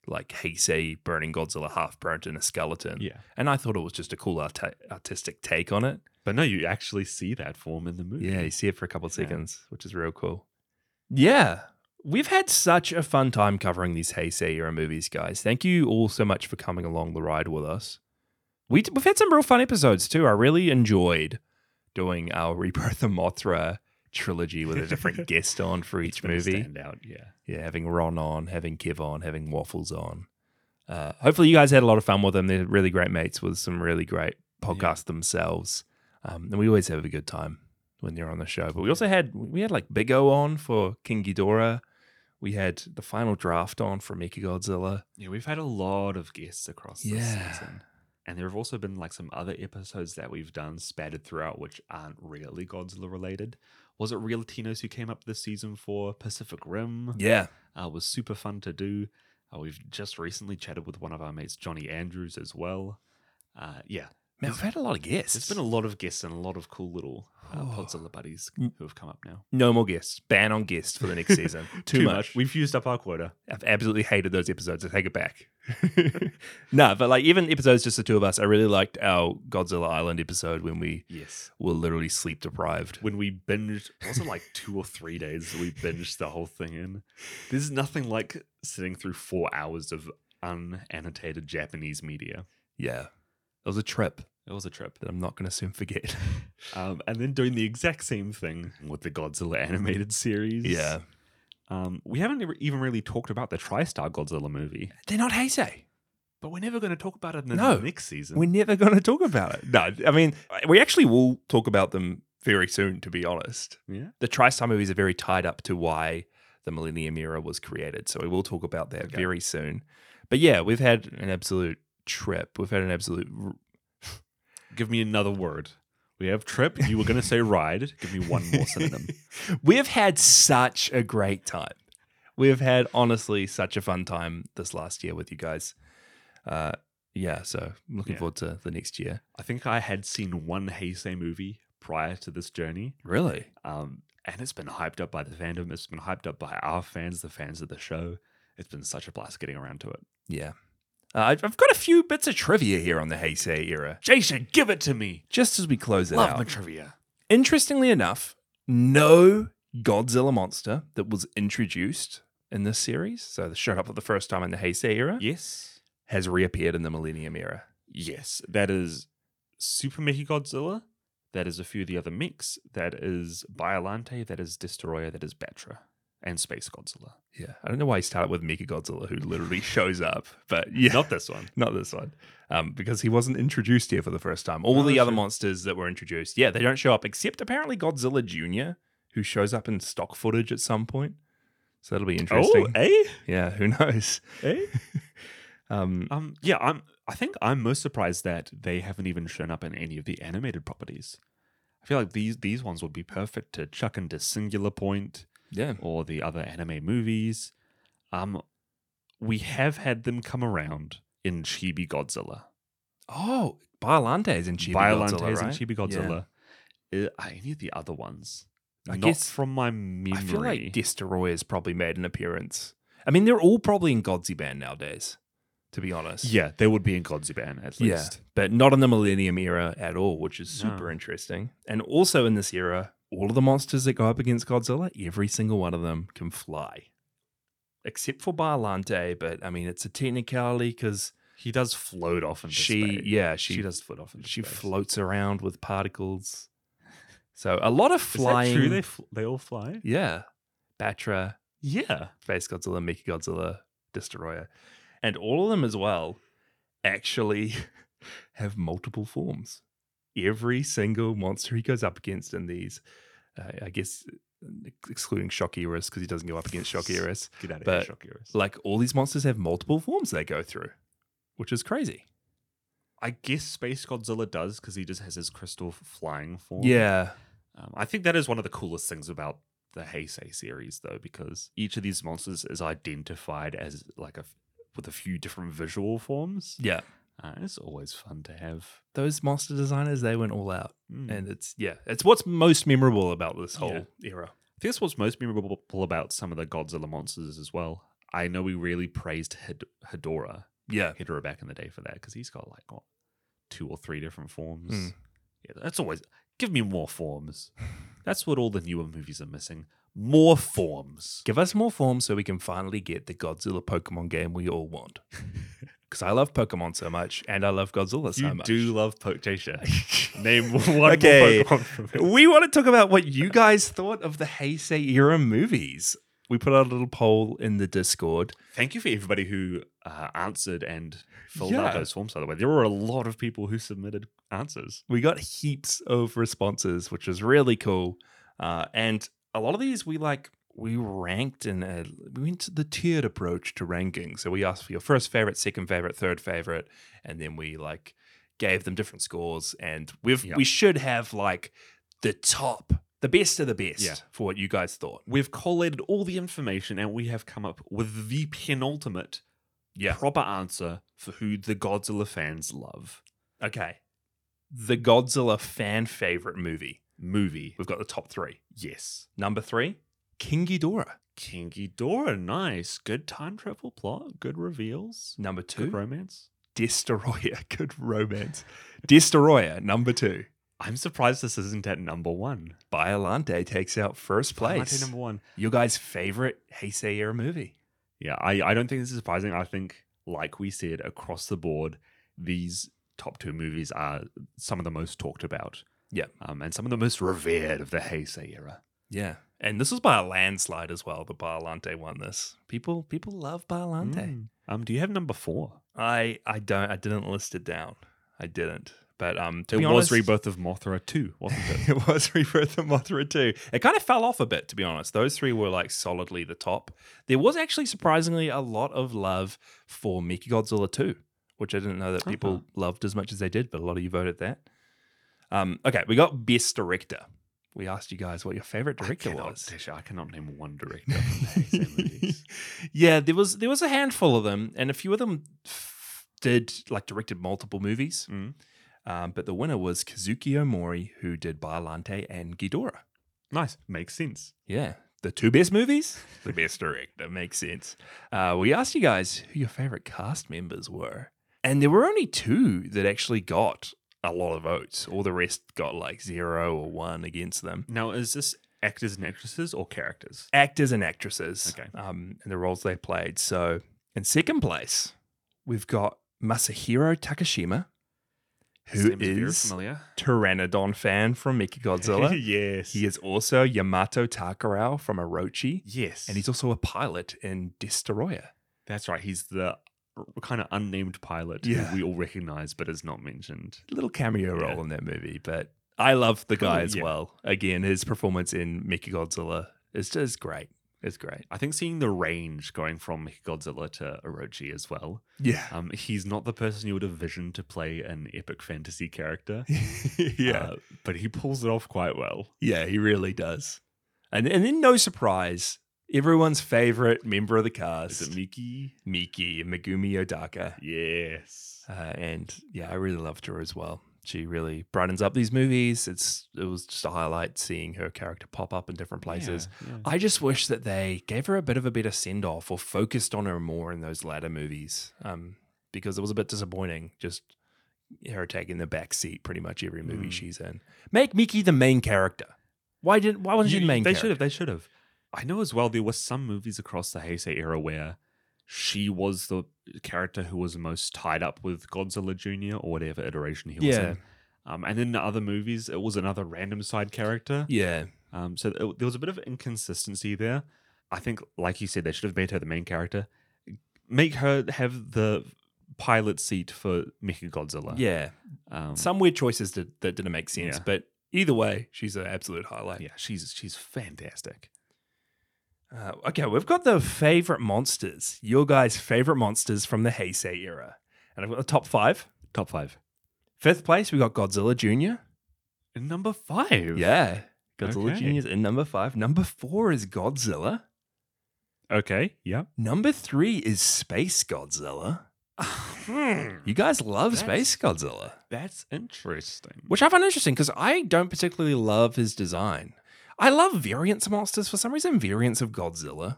[SPEAKER 2] like Heisei burning Godzilla half burnt in a skeleton,
[SPEAKER 1] Yeah,
[SPEAKER 2] and I thought it was just a cool arti- artistic take on it.
[SPEAKER 1] but no, you actually see that form in the movie.
[SPEAKER 2] Yeah, you see it for a couple of
[SPEAKER 1] Yeah.
[SPEAKER 2] seconds, which is real cool. Yeah. We've had such a fun time covering these Heisei era movies, guys. Thank you all so much for coming along the ride with us. We we've had some real fun episodes too. I really enjoyed doing our Rebirth of Mothra trilogy with a different guest on for
[SPEAKER 1] It's
[SPEAKER 2] each
[SPEAKER 1] been a
[SPEAKER 2] movie.
[SPEAKER 1] standout. Yeah,
[SPEAKER 2] Yeah, having Ron on, having Kev on, having Waffles on. Uh, hopefully, you guys had a lot of fun with them. They're really great mates with some really great podcasts themselves, um, and we always have a good time when they're on the show. But we also had we had like Big O on for King Ghidorah. We had the final draft on for Mecha Godzilla.
[SPEAKER 1] yeah, we've had a lot of guests across this
[SPEAKER 2] Yeah.
[SPEAKER 1] season. And there have also been like some other episodes that we've done spattered throughout, which aren't really Godzilla related. Was it Real Latinos who came up this season for Pacific Rim?
[SPEAKER 2] Yeah,
[SPEAKER 1] uh, was super fun to do. Uh, we've just recently chatted with one of our mates, Johnny Andrews, as well. Uh, yeah,
[SPEAKER 2] man, we've had a lot of guests.
[SPEAKER 1] there's been a lot of guests and a lot of cool little uh,
[SPEAKER 2] Oh.
[SPEAKER 1] Podzilla buddies
[SPEAKER 2] Mm.
[SPEAKER 1] who have come up now.
[SPEAKER 2] no more guests. Ban on guests for the next season. Too, much.
[SPEAKER 1] We've used up our quota.
[SPEAKER 2] I've absolutely hated those episodes. I take it back. no, but like even episodes just the two of us, I really liked our Godzilla Island episode when we
[SPEAKER 1] Yes.
[SPEAKER 2] were literally sleep deprived.
[SPEAKER 1] When we binged, was it like two or three days that we binged the whole thing in? There's nothing like sitting through four hours of unannotated Japanese media.
[SPEAKER 2] Yeah. It was a trip
[SPEAKER 1] It was a trip.
[SPEAKER 2] that I'm not going to soon forget.
[SPEAKER 1] Um, and then doing the exact same thing with the Godzilla animated series. Um, we haven't ever- even really talked about the TriStar Godzilla movie,
[SPEAKER 2] They're not Heisei.
[SPEAKER 1] but we're never going to talk about it in the
[SPEAKER 2] No.
[SPEAKER 1] next season.
[SPEAKER 2] We're never going to talk about it. No, I mean, we actually will talk about them very soon, to be honest.
[SPEAKER 1] yeah,
[SPEAKER 2] The TriStar movies are very tied up to why the Millennium Era was created. So we will talk about that
[SPEAKER 1] Okay.
[SPEAKER 2] very soon. But yeah, we've had an absolute trip. We've had an absolute r-
[SPEAKER 1] give me another word. We have trip. You were going to say ride. Give me one more synonym.
[SPEAKER 2] we have had such a great time. We have had honestly such a fun time this last year with you guys. Uh, yeah, so I'm looking
[SPEAKER 1] Yeah.
[SPEAKER 2] forward to the next year.
[SPEAKER 1] I think I had seen one Heisei movie prior to this journey.
[SPEAKER 2] Really?
[SPEAKER 1] Um, and it's been hyped up by the fandom. It's been hyped up by our fans, the fans of the show. It's been such a blast getting around to it.
[SPEAKER 2] Yeah. Uh, I've I've got a few bits of trivia here on the Heisei era.
[SPEAKER 1] Jason, give it to me.
[SPEAKER 2] Just as we close it
[SPEAKER 1] Love
[SPEAKER 2] out.
[SPEAKER 1] my trivia.
[SPEAKER 2] Interestingly enough, no Godzilla monster that was introduced in this series, so that showed up for the first time in the Heisei era,
[SPEAKER 1] Yes.
[SPEAKER 2] has reappeared in the Millennium era.
[SPEAKER 1] Yes. That is Super Mickey Godzilla. That is a few of the other mechs. That is Biolante. That is Destroyer. That is Batra. And Space Godzilla.
[SPEAKER 2] Yeah, I don't know why he started with Mecha Godzilla, who literally shows up, but yeah,
[SPEAKER 1] Not this one.
[SPEAKER 2] not this one, um, because he wasn't introduced here for the first time. All
[SPEAKER 1] Oh,
[SPEAKER 2] the
[SPEAKER 1] that's
[SPEAKER 2] other
[SPEAKER 1] true.
[SPEAKER 2] monsters that were introduced, yeah, they don't show up except apparently Godzilla Junior, who shows up in stock footage at some point. So that'll be interesting.
[SPEAKER 1] eh?
[SPEAKER 2] yeah, who knows?
[SPEAKER 1] Eh?
[SPEAKER 2] Um,
[SPEAKER 1] Um, yeah, I'm. I think I'm most surprised that they haven't even shown up in any of the animated properties. I feel like these these ones would be perfect to chuck into Singular Point
[SPEAKER 2] yeah,
[SPEAKER 1] or the other anime movies. Um, we have had them come around in Chibi Godzilla.
[SPEAKER 2] Oh, Biolante is in Chibi
[SPEAKER 1] Violante
[SPEAKER 2] Godzilla,
[SPEAKER 1] is
[SPEAKER 2] right?
[SPEAKER 1] in Chibi
[SPEAKER 2] Yeah.
[SPEAKER 1] Godzilla. Uh, are any of the other ones?
[SPEAKER 2] I
[SPEAKER 1] Not
[SPEAKER 2] guess-
[SPEAKER 1] from my memory.
[SPEAKER 2] I feel like Destroyer's probably made an appearance. I mean, they're all probably in Godziban nowadays, to be honest.
[SPEAKER 1] yeah, they would be in Godziban at
[SPEAKER 2] Yeah,
[SPEAKER 1] least.
[SPEAKER 2] but not in the Millennium era at all, which is super
[SPEAKER 1] No.
[SPEAKER 2] interesting. And also in this era, all of the monsters that go up against Godzilla, every single one of them can fly, except for Biolante. But I mean, it's a technicality because
[SPEAKER 1] He does float off into
[SPEAKER 2] she,
[SPEAKER 1] space.
[SPEAKER 2] yeah, she,
[SPEAKER 1] she, does float off into
[SPEAKER 2] she
[SPEAKER 1] space.
[SPEAKER 2] floats around with particles. So a lot of flying.
[SPEAKER 1] Is that true? They fl- they all fly.
[SPEAKER 2] Yeah. Batra,
[SPEAKER 1] Yeah.
[SPEAKER 2] Space Godzilla, Mickey Godzilla, Destroyer. And all of them as well actually have multiple forms. Every single monster he goes up against in these, uh, I guess, ex- excluding Shock Eris because he doesn't go up against Shock Eris,
[SPEAKER 1] Get out of
[SPEAKER 2] But-
[SPEAKER 1] here, Shockerus.
[SPEAKER 2] like all these monsters have multiple forms they go through, which is crazy.
[SPEAKER 1] I guess Space Godzilla does because he just has his crystal f- flying form.
[SPEAKER 2] Yeah.
[SPEAKER 1] Um, I think that is one of the coolest things about the Heisei series, though, because each of these monsters is identified as like a f- with a few different visual forms.
[SPEAKER 2] Yeah.
[SPEAKER 1] Uh, it's always fun to have.
[SPEAKER 2] Those monster designers, they went all out.
[SPEAKER 1] Mm.
[SPEAKER 2] And it's, yeah, it's what's most memorable about this whole era.
[SPEAKER 1] I think that's what's most memorable about some of the Godzilla monsters as well. I know we really praised Hid- Hedora,
[SPEAKER 2] Yeah.
[SPEAKER 1] Hedora back in the day for that because he's got like what two or three different forms.
[SPEAKER 2] Mm.
[SPEAKER 1] Yeah, that's always give me more forms. That's what all the newer movies are missing. More forms.
[SPEAKER 2] Give us more forms so we can finally get the Godzilla Pokemon game we all want. Because I love Pokemon so much, and I love Godzilla so
[SPEAKER 1] you
[SPEAKER 2] much.
[SPEAKER 1] do love Pokesha. Name one more
[SPEAKER 2] Okay.
[SPEAKER 1] Pokemon from it.
[SPEAKER 2] We want to talk about what you guys thought of the Heisei era movies. We put out a little poll in the Discord.
[SPEAKER 1] Thank you for everybody who uh, answered and filled out
[SPEAKER 2] Yeah.
[SPEAKER 1] those forms. By the way, there were a lot of people who submitted answers.
[SPEAKER 2] We got heaps of responses, which was really cool. Uh, and a lot of these we like we ranked in a we went to the tiered approach to ranking. So we asked for your first favorite, second favorite, third favorite, and then we like gave them different scores. And we've
[SPEAKER 1] Yeah.
[SPEAKER 2] we should have like the top, the best of the best
[SPEAKER 1] Yeah.
[SPEAKER 2] for what you guys thought.
[SPEAKER 1] We've collated all the information and we have come up with the penultimate
[SPEAKER 2] Yeah.
[SPEAKER 1] proper answer for who the Godzilla fans love.
[SPEAKER 2] Okay. The Godzilla fan favorite movie.
[SPEAKER 1] Movie.
[SPEAKER 2] We've got the top three.
[SPEAKER 1] Yes.
[SPEAKER 2] Number three, King Ghidorah.
[SPEAKER 1] King Ghidorah, nice. Good time travel plot, good reveals,
[SPEAKER 2] Number two,
[SPEAKER 1] good romance.
[SPEAKER 2] Destroyer. Good romance. Destroyer, number two.
[SPEAKER 1] I'm surprised this isn't at number one.
[SPEAKER 2] Biolante takes out first
[SPEAKER 1] Why am I
[SPEAKER 2] place.
[SPEAKER 1] saying number one.
[SPEAKER 2] Your guys' favorite Heisei era movie.
[SPEAKER 1] Yeah, I, I don't think this is surprising. I think, like we said, across the board, these top two movies are some of the most talked about.
[SPEAKER 2] Yeah.
[SPEAKER 1] Um, and some of the most revered of the Heisei era.
[SPEAKER 2] Yeah. And this was by a landslide as well. The Biolante won this. People people love Biolante.
[SPEAKER 1] Mm. Um, do you have number four?
[SPEAKER 2] I I don't I didn't list it down. I didn't. But um to
[SPEAKER 1] it
[SPEAKER 2] be
[SPEAKER 1] was
[SPEAKER 2] honest,
[SPEAKER 1] Rebirth of Mothra 2, wasn't it?
[SPEAKER 2] it was Rebirth of Mothra too. It kind of fell off a bit, to be honest. Those three were like solidly the top. There was actually surprisingly a lot of love for Mickey Godzilla 2, which I didn't know that people
[SPEAKER 1] Uh-huh.
[SPEAKER 2] loved as much as they did, but a lot of you voted that. Um, okay, we got best director. We asked you guys what your favorite director
[SPEAKER 1] I cannot,
[SPEAKER 2] was.
[SPEAKER 1] Tisha, I cannot name one director. from the ASA movies.
[SPEAKER 2] yeah, there was there was a handful of them, and a few of them f- did like directed multiple movies.
[SPEAKER 1] Mm.
[SPEAKER 2] Um, but the winner was Kazuki Omori, who did Biolante and Ghidorah.
[SPEAKER 1] Nice, makes sense.
[SPEAKER 2] Yeah, the two best movies. The best director makes sense. Uh, we asked you guys who your favorite cast members were, and there were only two that actually got a lot of votes. All the rest got like zero or one against them.
[SPEAKER 1] Now, is this actors and actresses or characters?
[SPEAKER 2] actors and actresses
[SPEAKER 1] Okay.
[SPEAKER 2] um, and the roles they played. So, in second place, we've got Masahiro Takashima,
[SPEAKER 1] His
[SPEAKER 2] who
[SPEAKER 1] name very
[SPEAKER 2] is
[SPEAKER 1] familiar?
[SPEAKER 2] Pteranodon fan from Mecha Godzilla.
[SPEAKER 1] yes.
[SPEAKER 2] he is also Yamato Takarao from Orochi,
[SPEAKER 1] Yes.
[SPEAKER 2] and he's also a pilot in Destoroyah.
[SPEAKER 1] That's right. He's the kind of unnamed pilot
[SPEAKER 2] Yeah.
[SPEAKER 1] who we all recognize but is not mentioned.
[SPEAKER 2] Little cameo
[SPEAKER 1] Yeah.
[SPEAKER 2] role in that movie, but I love the guy
[SPEAKER 1] Oh,
[SPEAKER 2] as
[SPEAKER 1] yeah.
[SPEAKER 2] well. Again, his performance in Mecha Godzilla is just great. It's great.
[SPEAKER 1] I think seeing the range going from Godzilla to Orochi as well.
[SPEAKER 2] Yeah.
[SPEAKER 1] Um, he's not the person you would have visioned to play an epic fantasy character.
[SPEAKER 2] yeah.
[SPEAKER 1] uh, but he pulls it off quite well.
[SPEAKER 2] Yeah, he really does. And and then no surprise, everyone's favorite member of the
[SPEAKER 1] Is it
[SPEAKER 2] cast,
[SPEAKER 1] Miki?
[SPEAKER 2] Miki Megumi Odaka.
[SPEAKER 1] Yes.
[SPEAKER 2] Uh, and yeah, I really loved her as well. She really brightens up these movies. It's it was just a highlight seeing her character pop up in different places.
[SPEAKER 1] Yeah, yeah.
[SPEAKER 2] I just wish that they gave her a bit of a better send off or focused on her more in those latter movies. Um, because it was a bit disappointing just her taking the back seat pretty much every movie
[SPEAKER 1] Mm.
[SPEAKER 2] she's in. Make Miki the main character. Why didn't why wasn't she
[SPEAKER 1] You-
[SPEAKER 2] the main
[SPEAKER 1] they
[SPEAKER 2] character?
[SPEAKER 1] should have. They should have. I know as well. There were some movies across the Heisei era where she was the character who was most tied up with Godzilla Junior or whatever iteration he was
[SPEAKER 2] Yeah.
[SPEAKER 1] in. Um, and then in other movies, it was another random side character.
[SPEAKER 2] Yeah.
[SPEAKER 1] Um, so it, there was a bit of inconsistency there. I think, like you said, they should have made her the main character. Make her have the pilot seat for Mechagodzilla.
[SPEAKER 2] Yeah.
[SPEAKER 1] Um,
[SPEAKER 2] Some weird choices did, that didn't make sense,
[SPEAKER 1] Yeah.
[SPEAKER 2] but either way, she's an absolute highlight.
[SPEAKER 1] yeah, she's she's fantastic.
[SPEAKER 2] Uh, okay, we've got the favorite monsters, your guys' favorite monsters from the Heisei era. And I've got the top five.
[SPEAKER 1] Top five.
[SPEAKER 2] Fifth place, we got Godzilla Jr.
[SPEAKER 1] Number five.
[SPEAKER 2] Yeah. Godzilla
[SPEAKER 1] Okay.
[SPEAKER 2] Jr. is in number five. Number four is Godzilla.
[SPEAKER 1] Okay. Yeah.
[SPEAKER 2] Number three is Space Godzilla. You guys love
[SPEAKER 1] That's-
[SPEAKER 2] Space Godzilla,
[SPEAKER 1] Hmm. That's interesting.
[SPEAKER 2] which I find interesting because I don't particularly love his design. I love variants of monsters for some reason. Variants of Godzilla.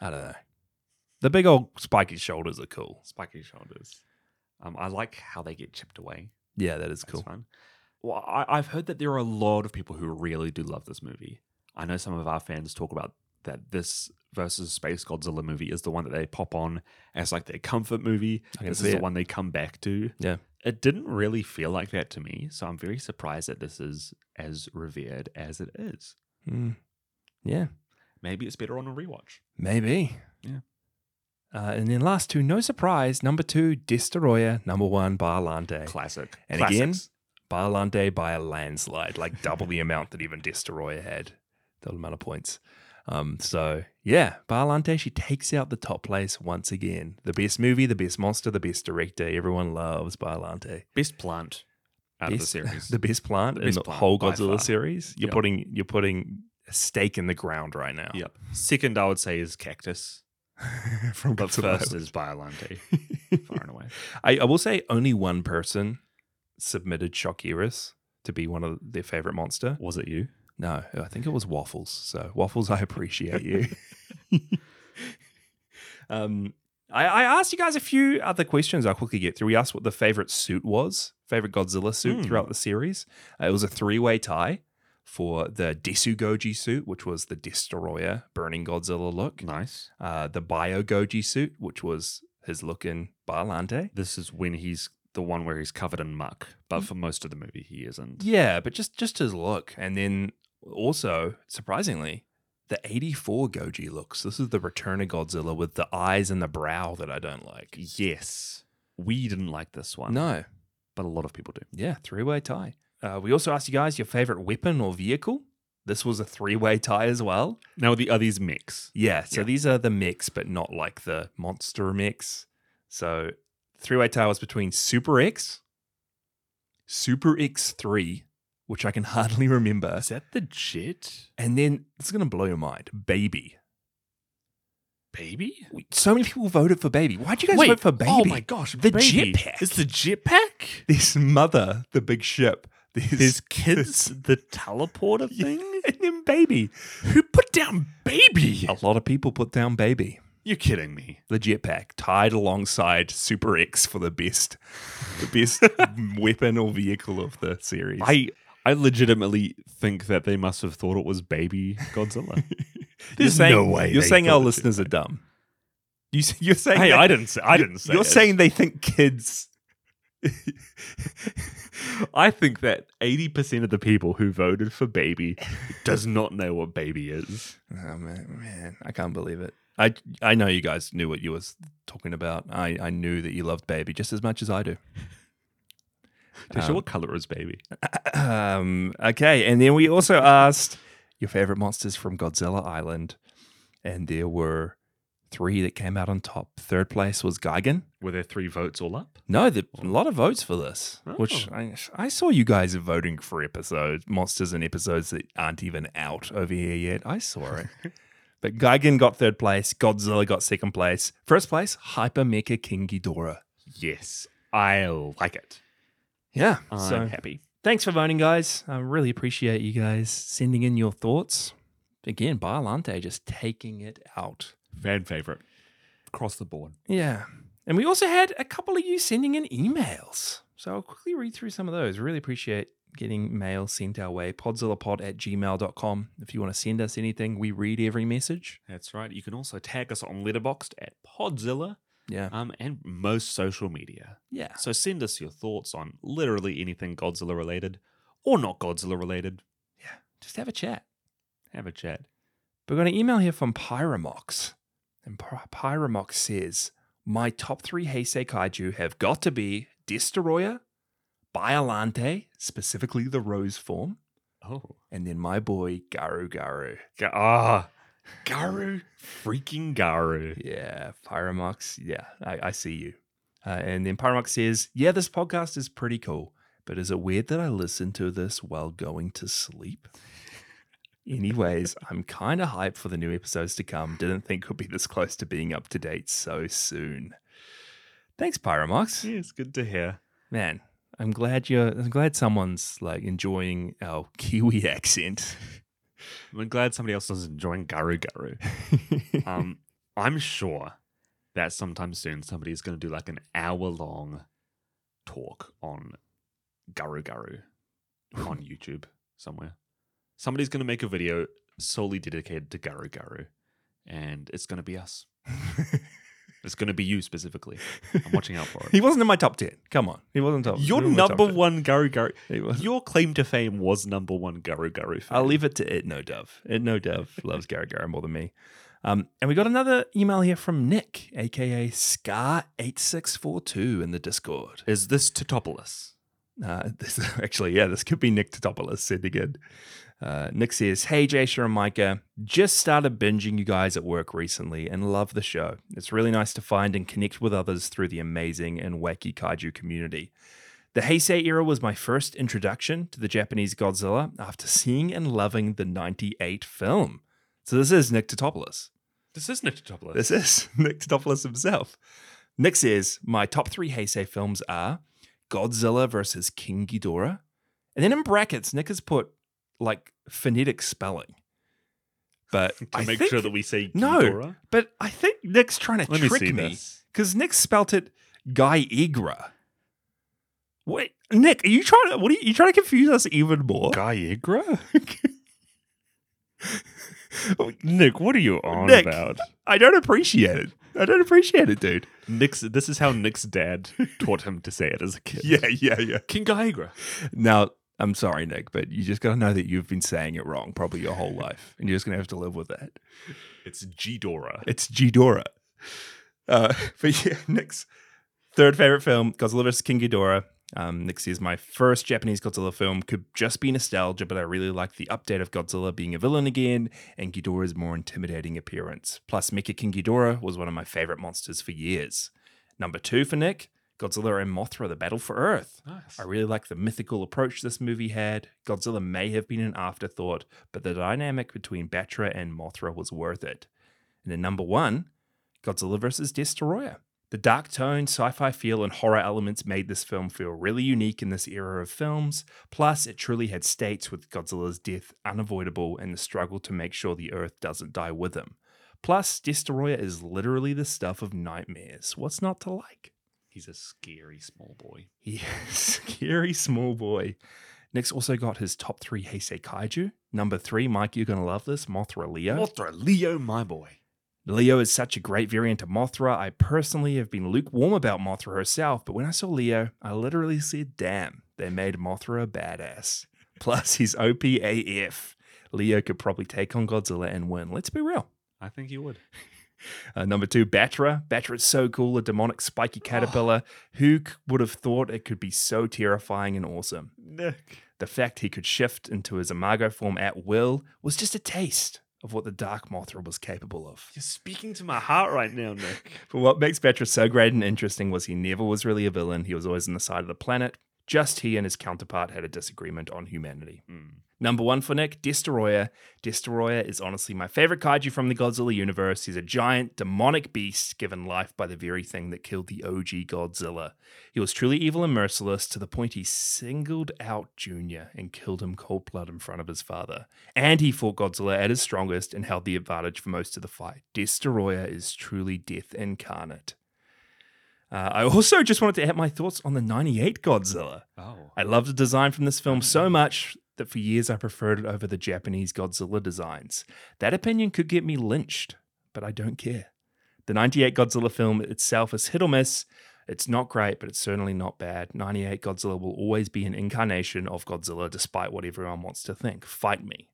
[SPEAKER 2] I don't know. The big old spiky shoulders are cool.
[SPEAKER 1] Spiky shoulders. Um, I like how they get chipped away.
[SPEAKER 2] Yeah, that is
[SPEAKER 1] That's
[SPEAKER 2] cool.
[SPEAKER 1] fun. Well, I, I've heard that there are a lot of people who really do love this movie. I know some of our fans talk about that this versus Space Godzilla movie is the one that they pop on as like their comfort movie.
[SPEAKER 2] I can
[SPEAKER 1] This
[SPEAKER 2] see
[SPEAKER 1] is the
[SPEAKER 2] it.
[SPEAKER 1] one they come back to.
[SPEAKER 2] Yeah.
[SPEAKER 1] It didn't really feel like that to me, so I'm very surprised that this is as revered as it is.
[SPEAKER 2] Mm. Yeah,
[SPEAKER 1] Maybe it's better on a rewatch.
[SPEAKER 2] maybe.
[SPEAKER 1] Yeah.
[SPEAKER 2] Uh, and then last two, no surprise. Number two, Destoroyah. Number one, Barlante.
[SPEAKER 1] Classic.
[SPEAKER 2] And again,
[SPEAKER 1] Classics.
[SPEAKER 2] Barlante by a landslide, like double the amount that even Destoroyah had, the amount of points. Um, so yeah, Barlante, she takes out the top place once again. The best movie, the best monster, the best director. Everyone loves Barlante.
[SPEAKER 1] best plant out
[SPEAKER 2] best,
[SPEAKER 1] of the series.
[SPEAKER 2] The best plant
[SPEAKER 1] The
[SPEAKER 2] in
[SPEAKER 1] best
[SPEAKER 2] the
[SPEAKER 1] plant
[SPEAKER 2] whole
[SPEAKER 1] by
[SPEAKER 2] Godzilla
[SPEAKER 1] far.
[SPEAKER 2] series. You're
[SPEAKER 1] Yep.
[SPEAKER 2] putting you're putting a stake in the ground right now.
[SPEAKER 1] Yep. Second, I would say, is Cactus.
[SPEAKER 2] From
[SPEAKER 1] But
[SPEAKER 2] Godzilla.
[SPEAKER 1] first is Biolante. Far and away.
[SPEAKER 2] I, I will say only one person submitted Shockiris to be one of their favorite monster.
[SPEAKER 1] Was it you?
[SPEAKER 2] No, I think it was waffles. So waffles, I appreciate you. um, I, I asked you guys a few other questions. I'll quickly get through. We asked what the favorite suit was, favorite Godzilla suit
[SPEAKER 1] Hmm.
[SPEAKER 2] throughout the series. Uh, it was a three-way tie for the Desu Goji suit, which was the Destroyer burning Godzilla look.
[SPEAKER 1] Nice.
[SPEAKER 2] Uh, the Bio Goji suit, which was his look in Biolante.
[SPEAKER 1] This is when he's the one where he's covered in muck, but for most of the movie he isn't.
[SPEAKER 2] Yeah, but just just his look, and then also surprisingly, the '84 Goji looks. This is the return of Godzilla with the eyes and the brow that I don't like.
[SPEAKER 1] Yes. We didn't like this one.
[SPEAKER 2] No,
[SPEAKER 1] But a lot of people do.
[SPEAKER 2] yeah, three-way tie. Uh, we also asked you guys your favorite weapon or vehicle. This was a three-way tie as well.
[SPEAKER 1] Now, the, are these mix?
[SPEAKER 2] Yeah, so
[SPEAKER 1] Yeah.
[SPEAKER 2] these are the mix, but not like the monster mix. So three-way tie was between Super X, Super X3, which I can hardly remember.
[SPEAKER 1] Is that the jet
[SPEAKER 2] And then it's going to blow your mind Baby.
[SPEAKER 1] baby?
[SPEAKER 2] So many people voted for Baby. Why'd you guys vote for Baby?
[SPEAKER 1] Oh my gosh,
[SPEAKER 2] The
[SPEAKER 1] baby.
[SPEAKER 2] jetpack.
[SPEAKER 1] It's the jetpack.
[SPEAKER 2] This mother, the big ship. This,
[SPEAKER 1] His kids, the teleporter thing.
[SPEAKER 2] and then Baby.
[SPEAKER 1] Who put down baby?
[SPEAKER 2] A lot of people put down Baby.
[SPEAKER 1] Oh, You're kidding me.
[SPEAKER 2] the jetpack tied alongside Super X for the best, the best weapon or vehicle of the series.
[SPEAKER 1] I I legitimately think that they must have thought it was baby Godzilla.
[SPEAKER 2] you're
[SPEAKER 1] There's
[SPEAKER 2] saying,
[SPEAKER 1] no way
[SPEAKER 2] You're
[SPEAKER 1] they
[SPEAKER 2] saying
[SPEAKER 1] thought
[SPEAKER 2] our
[SPEAKER 1] the
[SPEAKER 2] listeners are dumb. You, s- you're saying
[SPEAKER 1] hey,
[SPEAKER 2] they-
[SPEAKER 1] I didn't say I
[SPEAKER 2] you-
[SPEAKER 1] didn't say
[SPEAKER 2] You're
[SPEAKER 1] it.
[SPEAKER 2] saying they think kids.
[SPEAKER 1] I think that 80% of the people who voted for baby does not know what baby is.
[SPEAKER 2] Oh, man, man, I can't believe it. I I know you guys knew what you was talking about. I, I knew that you loved Baby just as much as I do.
[SPEAKER 1] Tisha,
[SPEAKER 2] Um,
[SPEAKER 1] what color is baby?
[SPEAKER 2] Um, okay, and then we also asked your favorite monsters from Godzilla Island, and there were three that came out on top. Third place was Gigan.
[SPEAKER 1] Were there three votes all up?
[SPEAKER 2] No, there a lot of votes for this, which
[SPEAKER 1] Oh.
[SPEAKER 2] I, I saw you guys voting for episodes, monsters and episodes that aren't even out over here yet. I saw it. but Gigan got third place, Godzilla got second place. First place, Hyper Mecha King Ghidorah.
[SPEAKER 1] Yes, I like it.
[SPEAKER 2] Yeah.
[SPEAKER 1] I'm
[SPEAKER 2] so
[SPEAKER 1] happy.
[SPEAKER 2] Thanks for voting, guys. I really appreciate you guys sending in your thoughts. Again, Biolante just taking it out.
[SPEAKER 1] Fan favorite across the board.
[SPEAKER 2] Yeah. And we also had a couple of you sending in emails. So I'll quickly read through some of those. Really appreciate getting mail sent our way. Podzillapod at gmail.com. If you want to send us anything, we read every message.
[SPEAKER 1] That's right. You can also tag us on Letterboxd at Podzilla
[SPEAKER 2] Yeah.
[SPEAKER 1] um, and most social media.
[SPEAKER 2] Yeah.
[SPEAKER 1] So send us your thoughts on literally anything Godzilla related or not Godzilla related.
[SPEAKER 2] Just have a chat.
[SPEAKER 1] Have a chat.
[SPEAKER 2] We've got an email here from Pyramox. And Py- Pyramox says, My top three Heisei kaiju have got to be Destoroyah, Biolante, specifically the rose form,
[SPEAKER 1] Oh.
[SPEAKER 2] and then my boy Garu Garu.
[SPEAKER 1] Ga- ah. Garu. Freaking Garu.
[SPEAKER 2] Yeah, Pyramox. Yeah, I, I see you. Uh, and then Pyramox says, Yeah, this podcast is pretty cool, but is it weird that I listen to this while going to sleep? Anyways, I'm kind of hyped for the new episodes to come. Didn't think we'd be this close to being up to date so soon. Thanks, Pyramox.
[SPEAKER 1] Yeah, it's good to hear.
[SPEAKER 2] Man, I'm glad you're. I'm glad someone's like enjoying our Kiwi accent.
[SPEAKER 1] I'm glad somebody else is enjoying Garu Garu. Um, I'm sure that sometime soon somebody's going to do like an hour long talk on Garu Garu on YouTube somewhere. Somebody's going to make a video solely dedicated to Garu Garu, and it's going to be us. It's going to be you specifically. I'm watching out for
[SPEAKER 2] he
[SPEAKER 1] it.
[SPEAKER 2] wasn't in my top ten. Come on, he wasn't top.
[SPEAKER 1] Your
[SPEAKER 2] he wasn't in my top
[SPEAKER 1] number
[SPEAKER 2] 10.
[SPEAKER 1] one Garu Garu.
[SPEAKER 2] He wasn't.
[SPEAKER 1] Your claim to fame was number one Garu Garu. fan.
[SPEAKER 2] I'll leave it to it. No dove. It no dove loves Gary Gary more than me. Um, and we got another email here from Nick, aka Scar8642 in the Discord.
[SPEAKER 1] Is this Totopoulos?
[SPEAKER 2] Uh, this actually, yeah, this could be Nick Totopoulos sending in. Uh, Nick says, "Hey Jasha and Micah, just started binging you guys at work recently and love the show. It's really nice to find and connect with others through the amazing and wacky kaiju community. The Heisei era was my first introduction to the Japanese Godzilla after seeing and loving the '98 film. So this is Nick Totopoulos.
[SPEAKER 1] This is Nick Totopoulos.
[SPEAKER 2] This is Nick Totopoulos himself. Nick says, My top three Heisei films are Godzilla versus King Ghidorah. And then in brackets, Nick has put like phonetic spelling. But
[SPEAKER 1] to
[SPEAKER 2] I
[SPEAKER 1] make
[SPEAKER 2] think,
[SPEAKER 1] sure that we say
[SPEAKER 2] No.
[SPEAKER 1] Ghidorah.
[SPEAKER 2] But I think Nick's trying to
[SPEAKER 1] Let me
[SPEAKER 2] trick
[SPEAKER 1] see
[SPEAKER 2] me
[SPEAKER 1] this.
[SPEAKER 2] because Nick spelt it Guy Igra. Wait, Nick, are you trying to what are you, you trying to confuse us even more?
[SPEAKER 1] Gaiagra? Nick, what are you on
[SPEAKER 2] Nick.
[SPEAKER 1] about?
[SPEAKER 2] I don't appreciate it. I don't appreciate it, dude.
[SPEAKER 1] Nick's this is how Nick's dad taught him to say it as a kid.
[SPEAKER 2] Yeah, yeah, yeah.
[SPEAKER 1] King Gaiagra.
[SPEAKER 2] Now, I'm sorry, Nick, but you just got to know that you've been saying it wrong probably your whole life, and you're just going to have to live with that.
[SPEAKER 1] It's Ghidorah.
[SPEAKER 2] It's Ghidorah. Uh, but yeah, Nick's third favorite film, Godzilla vs. King Ghidorah. Um, Nick says, My first Japanese Godzilla film could just be nostalgia, but I really like the update of Godzilla being a villain again and Ghidorah's more intimidating appearance. Plus, Mecha King Ghidorah was one of my favorite monsters for years. Number two for Nick, Godzilla and Mothra, The Battle for Earth.
[SPEAKER 1] Nice.
[SPEAKER 2] I really like the mythical approach this movie had. Godzilla may have been an afterthought, but the dynamic between Batra and Mothra was worth it. And then number one, Godzilla vs. Destroyer. The dark tone, sci fi feel, and horror elements made this film feel really unique in this era of films. Plus, it truly had stakes with Godzilla's death unavoidable and the struggle to make sure the Earth doesn't die with him. Plus, Destroyer is literally the stuff of nightmares. What's not to like?
[SPEAKER 1] He's a scary small boy.
[SPEAKER 2] Yeah, scary small boy. Nick's also got his top three Heisei Kaiju. Number three, Mike, you're going to love this Mothra Leo.
[SPEAKER 1] Mothra, Leo, my boy.
[SPEAKER 2] Leo is such a great variant of Mothra. I personally have been lukewarm about Mothra herself, but when I saw Leo, I literally said, damn, they made Mothra a badass. Plus, he's OPAF. Leo could probably take on Godzilla and win. Let's be real.
[SPEAKER 1] I think he would.
[SPEAKER 2] Uh, number two, Batra. Batra's so cool, a demonic spiky caterpillar. Who c- would have thought it could be so terrifying and awesome?
[SPEAKER 1] Nick.
[SPEAKER 2] The fact he could shift into his imago form at will was just a taste of what the Dark Mothra was capable of.
[SPEAKER 1] You're speaking to my heart right now, Nick.
[SPEAKER 2] But what makes Batra so great and interesting was he never was really a villain. He was always on the side of the planet. Just he and his counterpart had a disagreement on humanity.
[SPEAKER 1] Mm.
[SPEAKER 2] Number one for Nick, Destroyer. Destroyer is honestly my favorite kaiju from the Godzilla universe. He's a giant, demonic beast given life by the very thing that killed the OG Godzilla. He was truly evil and merciless to the point he singled out Junior and killed him cold blood in front of his father. And he fought Godzilla at his strongest and held the advantage for most of the fight. Destroyer is truly death incarnate. Uh, I also just wanted to add my thoughts on the 98 Godzilla.
[SPEAKER 1] Oh.
[SPEAKER 2] I love the design from this film so much that for years I preferred it over the Japanese Godzilla designs. That opinion could get me lynched, but I don't care. The 98 Godzilla film itself is hit or miss. It's not great, but it's certainly not bad. 98 Godzilla will always be an incarnation of Godzilla, despite what everyone wants to think. Fight me.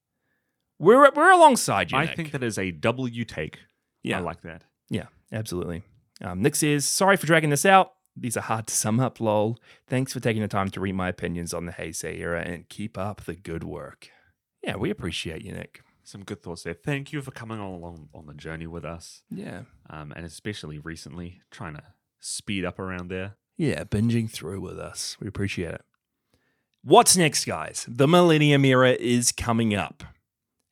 [SPEAKER 2] We're, we're alongside you.
[SPEAKER 1] I
[SPEAKER 2] Nick.
[SPEAKER 1] think that is a W take.
[SPEAKER 2] Yeah.
[SPEAKER 1] I like that.
[SPEAKER 2] Yeah, absolutely. Um, Nick says, sorry for dragging this out. These are hard to sum up, lol. Thanks for taking the time to read my opinions on the Heisei era and keep up the good work. Yeah, we appreciate you, Nick.
[SPEAKER 1] Some good thoughts there. Thank you for coming along on the journey with us,
[SPEAKER 2] Yeah.
[SPEAKER 1] um, and especially recently, trying to speed up around there.
[SPEAKER 2] Yeah, binging through with us. We appreciate it. What's next, guys? The Millennium Era is coming up.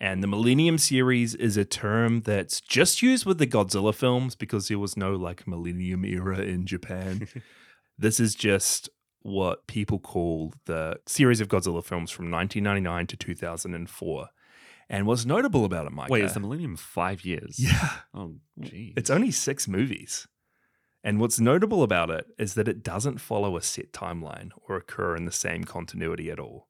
[SPEAKER 2] And the Millennium series is a term that's just used with the Godzilla films because there was no like Millennium Era in Japan. this is just what people call the series of Godzilla films from 1999 to 2004. And what's notable about it, Mike?
[SPEAKER 1] Wait, is the Millennium five years?
[SPEAKER 2] yeah.
[SPEAKER 1] Oh, gee.
[SPEAKER 2] It's only six movies. And what's notable about it is that it doesn't follow a set timeline or occur in the same continuity at all.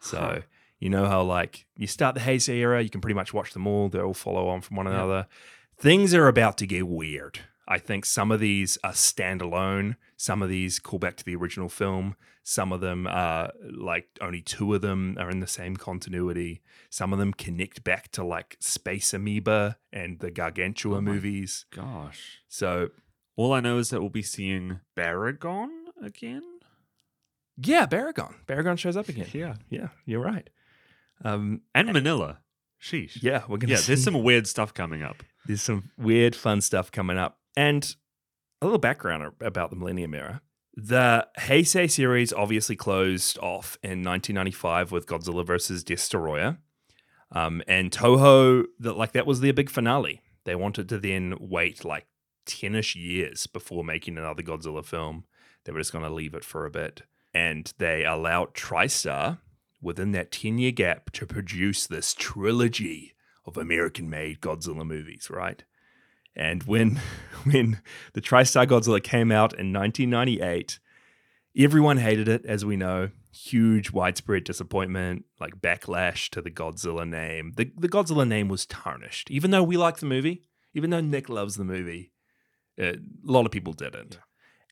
[SPEAKER 2] So,
[SPEAKER 1] Huh.
[SPEAKER 2] you know how, like, you start the Heisei era, you can pretty much watch them all, they all follow on from one
[SPEAKER 1] Yeah.
[SPEAKER 2] another. Things are about to get weird. I think some of these are standalone, some of these call back to the original film, some of them are like only two of them are in the same continuity. Some of them connect back to like Space Amoeba and the Gargantua
[SPEAKER 1] Oh my-
[SPEAKER 2] movies.
[SPEAKER 1] gosh.
[SPEAKER 2] So
[SPEAKER 1] All I know is that we'll be seeing Baragon again.
[SPEAKER 2] yeah, Baragon. Baragon shows up again.
[SPEAKER 1] Yeah,
[SPEAKER 2] Yeah, you're right. Um,
[SPEAKER 1] and Manila. Sheesh.
[SPEAKER 2] yeah, we're gonna.
[SPEAKER 1] Yeah, there's
[SPEAKER 2] see-
[SPEAKER 1] some weird stuff coming up.
[SPEAKER 2] there's some weird, fun stuff coming up. And a little background a- about the Millennium Era. The Heisei series obviously closed off in 1995 with Godzilla vs. Destroyer. Um, and Toho, that like that was their big finale. They wanted to then wait like 10 ish years before making another Godzilla film. They were just going to leave it for a bit. And they allowed TriStar within that 10 year gap to produce this trilogy of American made Godzilla movies, right? And when when the TriStar Godzilla came out in 1998, everyone hated it, as we know. Huge widespread disappointment, like backlash to the Godzilla name. The, the Godzilla name was tarnished. Even though we liked the movie, even though Nick loves the movie, uh, a lot of people didn't.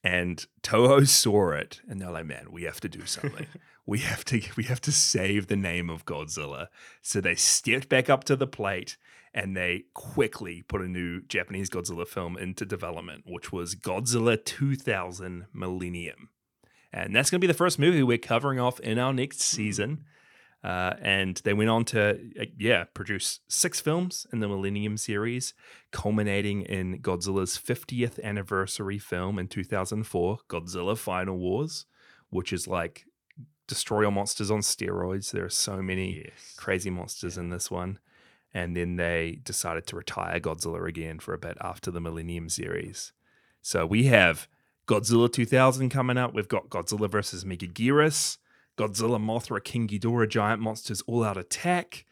[SPEAKER 2] And Toho saw it and they're like, man, we have to do something. we have to we have to save the name of Godzilla. So they stepped back up to the plate and they quickly put a new Japanese Godzilla film into development, which was Godzilla 2000 Millennium. And that's going to be the first movie we're covering off in our next season. Uh, and they went on to, uh, yeah, produce six films in the Millennium series, culminating in Godzilla's 50th anniversary film in 2004, Godzilla Final Wars, which is like destroy all monsters on steroids. There are so many
[SPEAKER 1] Yes.
[SPEAKER 2] crazy monsters in this one. And then they decided to retire Godzilla again for a bit after the Millennium series. So we have Godzilla 2000 coming up. We've got Godzilla versus Megaguirus, Godzilla, Mothra, King Ghidorah, Giant Monsters All Out Attack,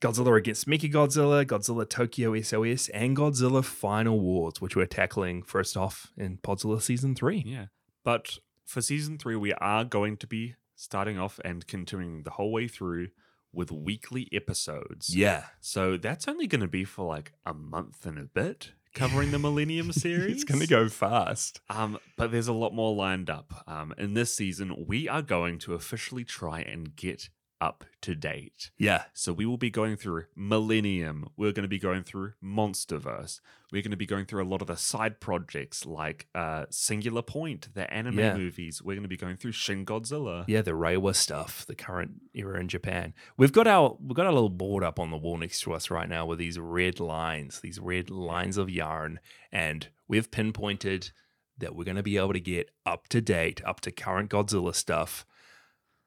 [SPEAKER 2] Godzilla against Mechagodzilla, Godzilla Tokyo SOS, and Godzilla Final Wars, which we're tackling first off in Podzilla Season 3.
[SPEAKER 1] Yeah. But for season three, we are going to be starting off and continuing the whole way through with weekly episodes.
[SPEAKER 2] Yeah.
[SPEAKER 1] So that's only going to be for like a month and a bit covering the Millennium series.
[SPEAKER 2] it's going to go fast.
[SPEAKER 1] Um, but there's a lot more lined up. Um, in this season, we are going to officially try and get up to date.
[SPEAKER 2] Yeah.
[SPEAKER 1] So we will be going through Millennium. We're going to be going through MonsterVerse. We're going to be going through a lot of the side projects like uh, Singular Point, the anime
[SPEAKER 2] Yeah.
[SPEAKER 1] movies. We're going to be going through Shin Godzilla.
[SPEAKER 2] Yeah, the Reiwa stuff, the current era in Japan. We've got our we've got our little board up on the wall next to us right now with these red lines, these red lines of yarn, and we've pinpointed that we're going to be able to get up to date, up to current Godzilla stuff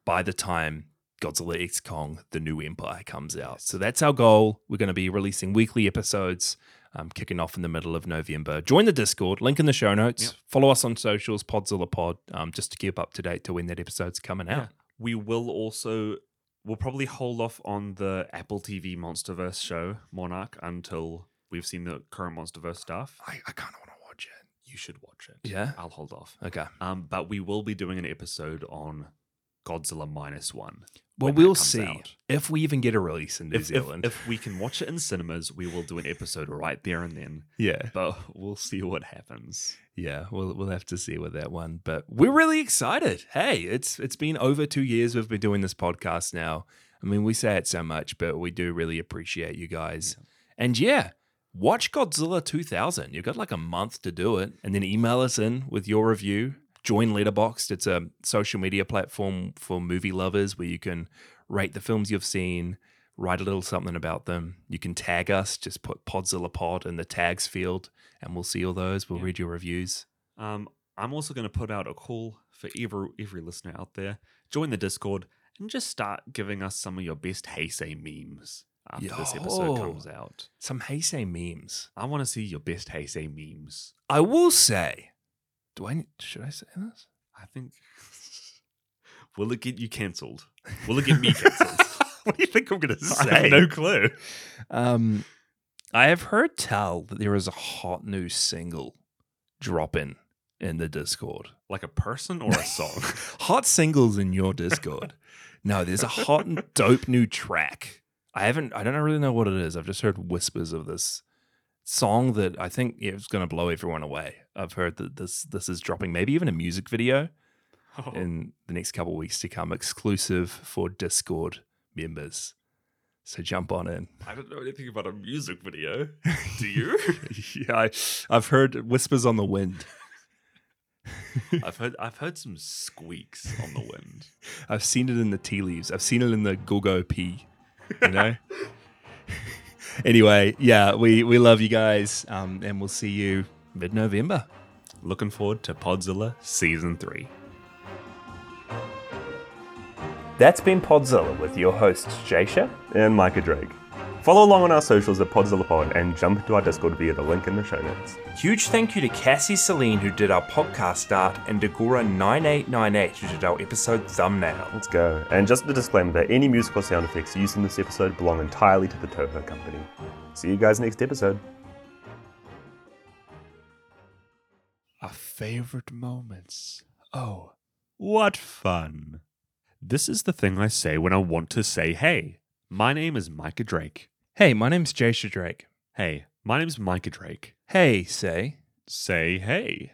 [SPEAKER 2] by the time Godzilla X Kong: The New Empire comes out. So that's our goal. We're going to be releasing weekly episodes. Um, kicking off in the middle of November. Join the Discord, link in the show notes.
[SPEAKER 1] Yep.
[SPEAKER 2] Follow us on socials, Podzilla Pod, um, just to keep up to date to when that episode's coming out.
[SPEAKER 1] We will also we'll probably hold off on the Apple TV MonsterVerse show Monarch until we've seen the current MonsterVerse stuff.
[SPEAKER 2] I, I kind of want to watch it.
[SPEAKER 1] You should watch it.
[SPEAKER 2] Yeah.
[SPEAKER 1] I'll hold off.
[SPEAKER 2] Okay.
[SPEAKER 1] Um, but we will be doing an episode on Godzilla minus one.
[SPEAKER 2] Well,
[SPEAKER 1] when that
[SPEAKER 2] we'll
[SPEAKER 1] comes
[SPEAKER 2] see
[SPEAKER 1] out.
[SPEAKER 2] if we even get a release in New
[SPEAKER 1] If, if,
[SPEAKER 2] Zealand.
[SPEAKER 1] if we can watch it in cinemas, we will do an episode right there and then.
[SPEAKER 2] yeah.
[SPEAKER 1] But we'll see what happens.
[SPEAKER 2] Yeah. We'll we'll have to see with that one, but we're really excited. Hey, it's it's been over two years we've been doing this podcast now. I mean, we say it so much, but we do really appreciate you guys. And yeah, watch Godzilla 2000. You've got like a month to do it, and then email us in with your review. Join Letterboxd. It's a social media platform for movie lovers where you can rate the films you've seen, write a little something about them. You can tag us. Just put Podzilla Pod in the tags field, and we'll see all those. We'll
[SPEAKER 1] Yeah.
[SPEAKER 2] read your reviews.
[SPEAKER 1] Um, I'm also going to put out a call for every every listener out there. Join the Discord and just start giving us some of your best Heisei memes after this episode
[SPEAKER 2] Yo.
[SPEAKER 1] comes out.
[SPEAKER 2] Some Heisei memes.
[SPEAKER 1] I want to see your best Heisei memes.
[SPEAKER 2] I will say, do I need, should I say this?
[SPEAKER 1] I think. Will it get you cancelled? Will it get me cancelled?
[SPEAKER 2] what do you think I'm going to
[SPEAKER 1] I have no clue.
[SPEAKER 2] Um, I have heard tell that there is a hot new single dropping in the Discord.
[SPEAKER 1] Like a person or a song?
[SPEAKER 2] Hot singles in your Discord. no, there's a hot and dope new track. I haven't. I don't really know what it is. I've just heard whispers of this song that I think it's going to blow everyone away. I've heard that this this is dropping, maybe even a music video
[SPEAKER 1] Oh.
[SPEAKER 2] in the next couple of weeks to come, exclusive for Discord members. So jump on in.
[SPEAKER 1] I don't know anything about a music video. Do you?
[SPEAKER 2] yeah, I, I've heard whispers on the wind.
[SPEAKER 1] I've heard I've heard some squeaks on the wind.
[SPEAKER 2] I've seen it in the tea leaves. I've seen it in the gogo pea. You know. anyway, yeah, we we love you guys, um, and we'll see you mid-November.
[SPEAKER 1] Looking forward to Podzilla season three.
[SPEAKER 3] That's been Podzilla with your hosts Jaysha and Micah Drake. Follow along on our socials at Podzilla Pod and jump into our Discord via the link in the show notes.
[SPEAKER 2] Huge thank you to Cassie Celine who did our podcast art, and Dagora nine eight nine eight who did our episode thumbnail.
[SPEAKER 3] Let's go. And just a disclaimer that any musical sound effects used in this episode belong entirely to the Toho Company. See you guys next episode.
[SPEAKER 1] Our favorite moments. Oh, what fun! This is the thing I say when I want to say hey. My name is Micah Drake.
[SPEAKER 2] Hey, my name's Jasha Drake.
[SPEAKER 1] Hey, my name's Micah Drake.
[SPEAKER 2] Hey, say.
[SPEAKER 1] Say hey.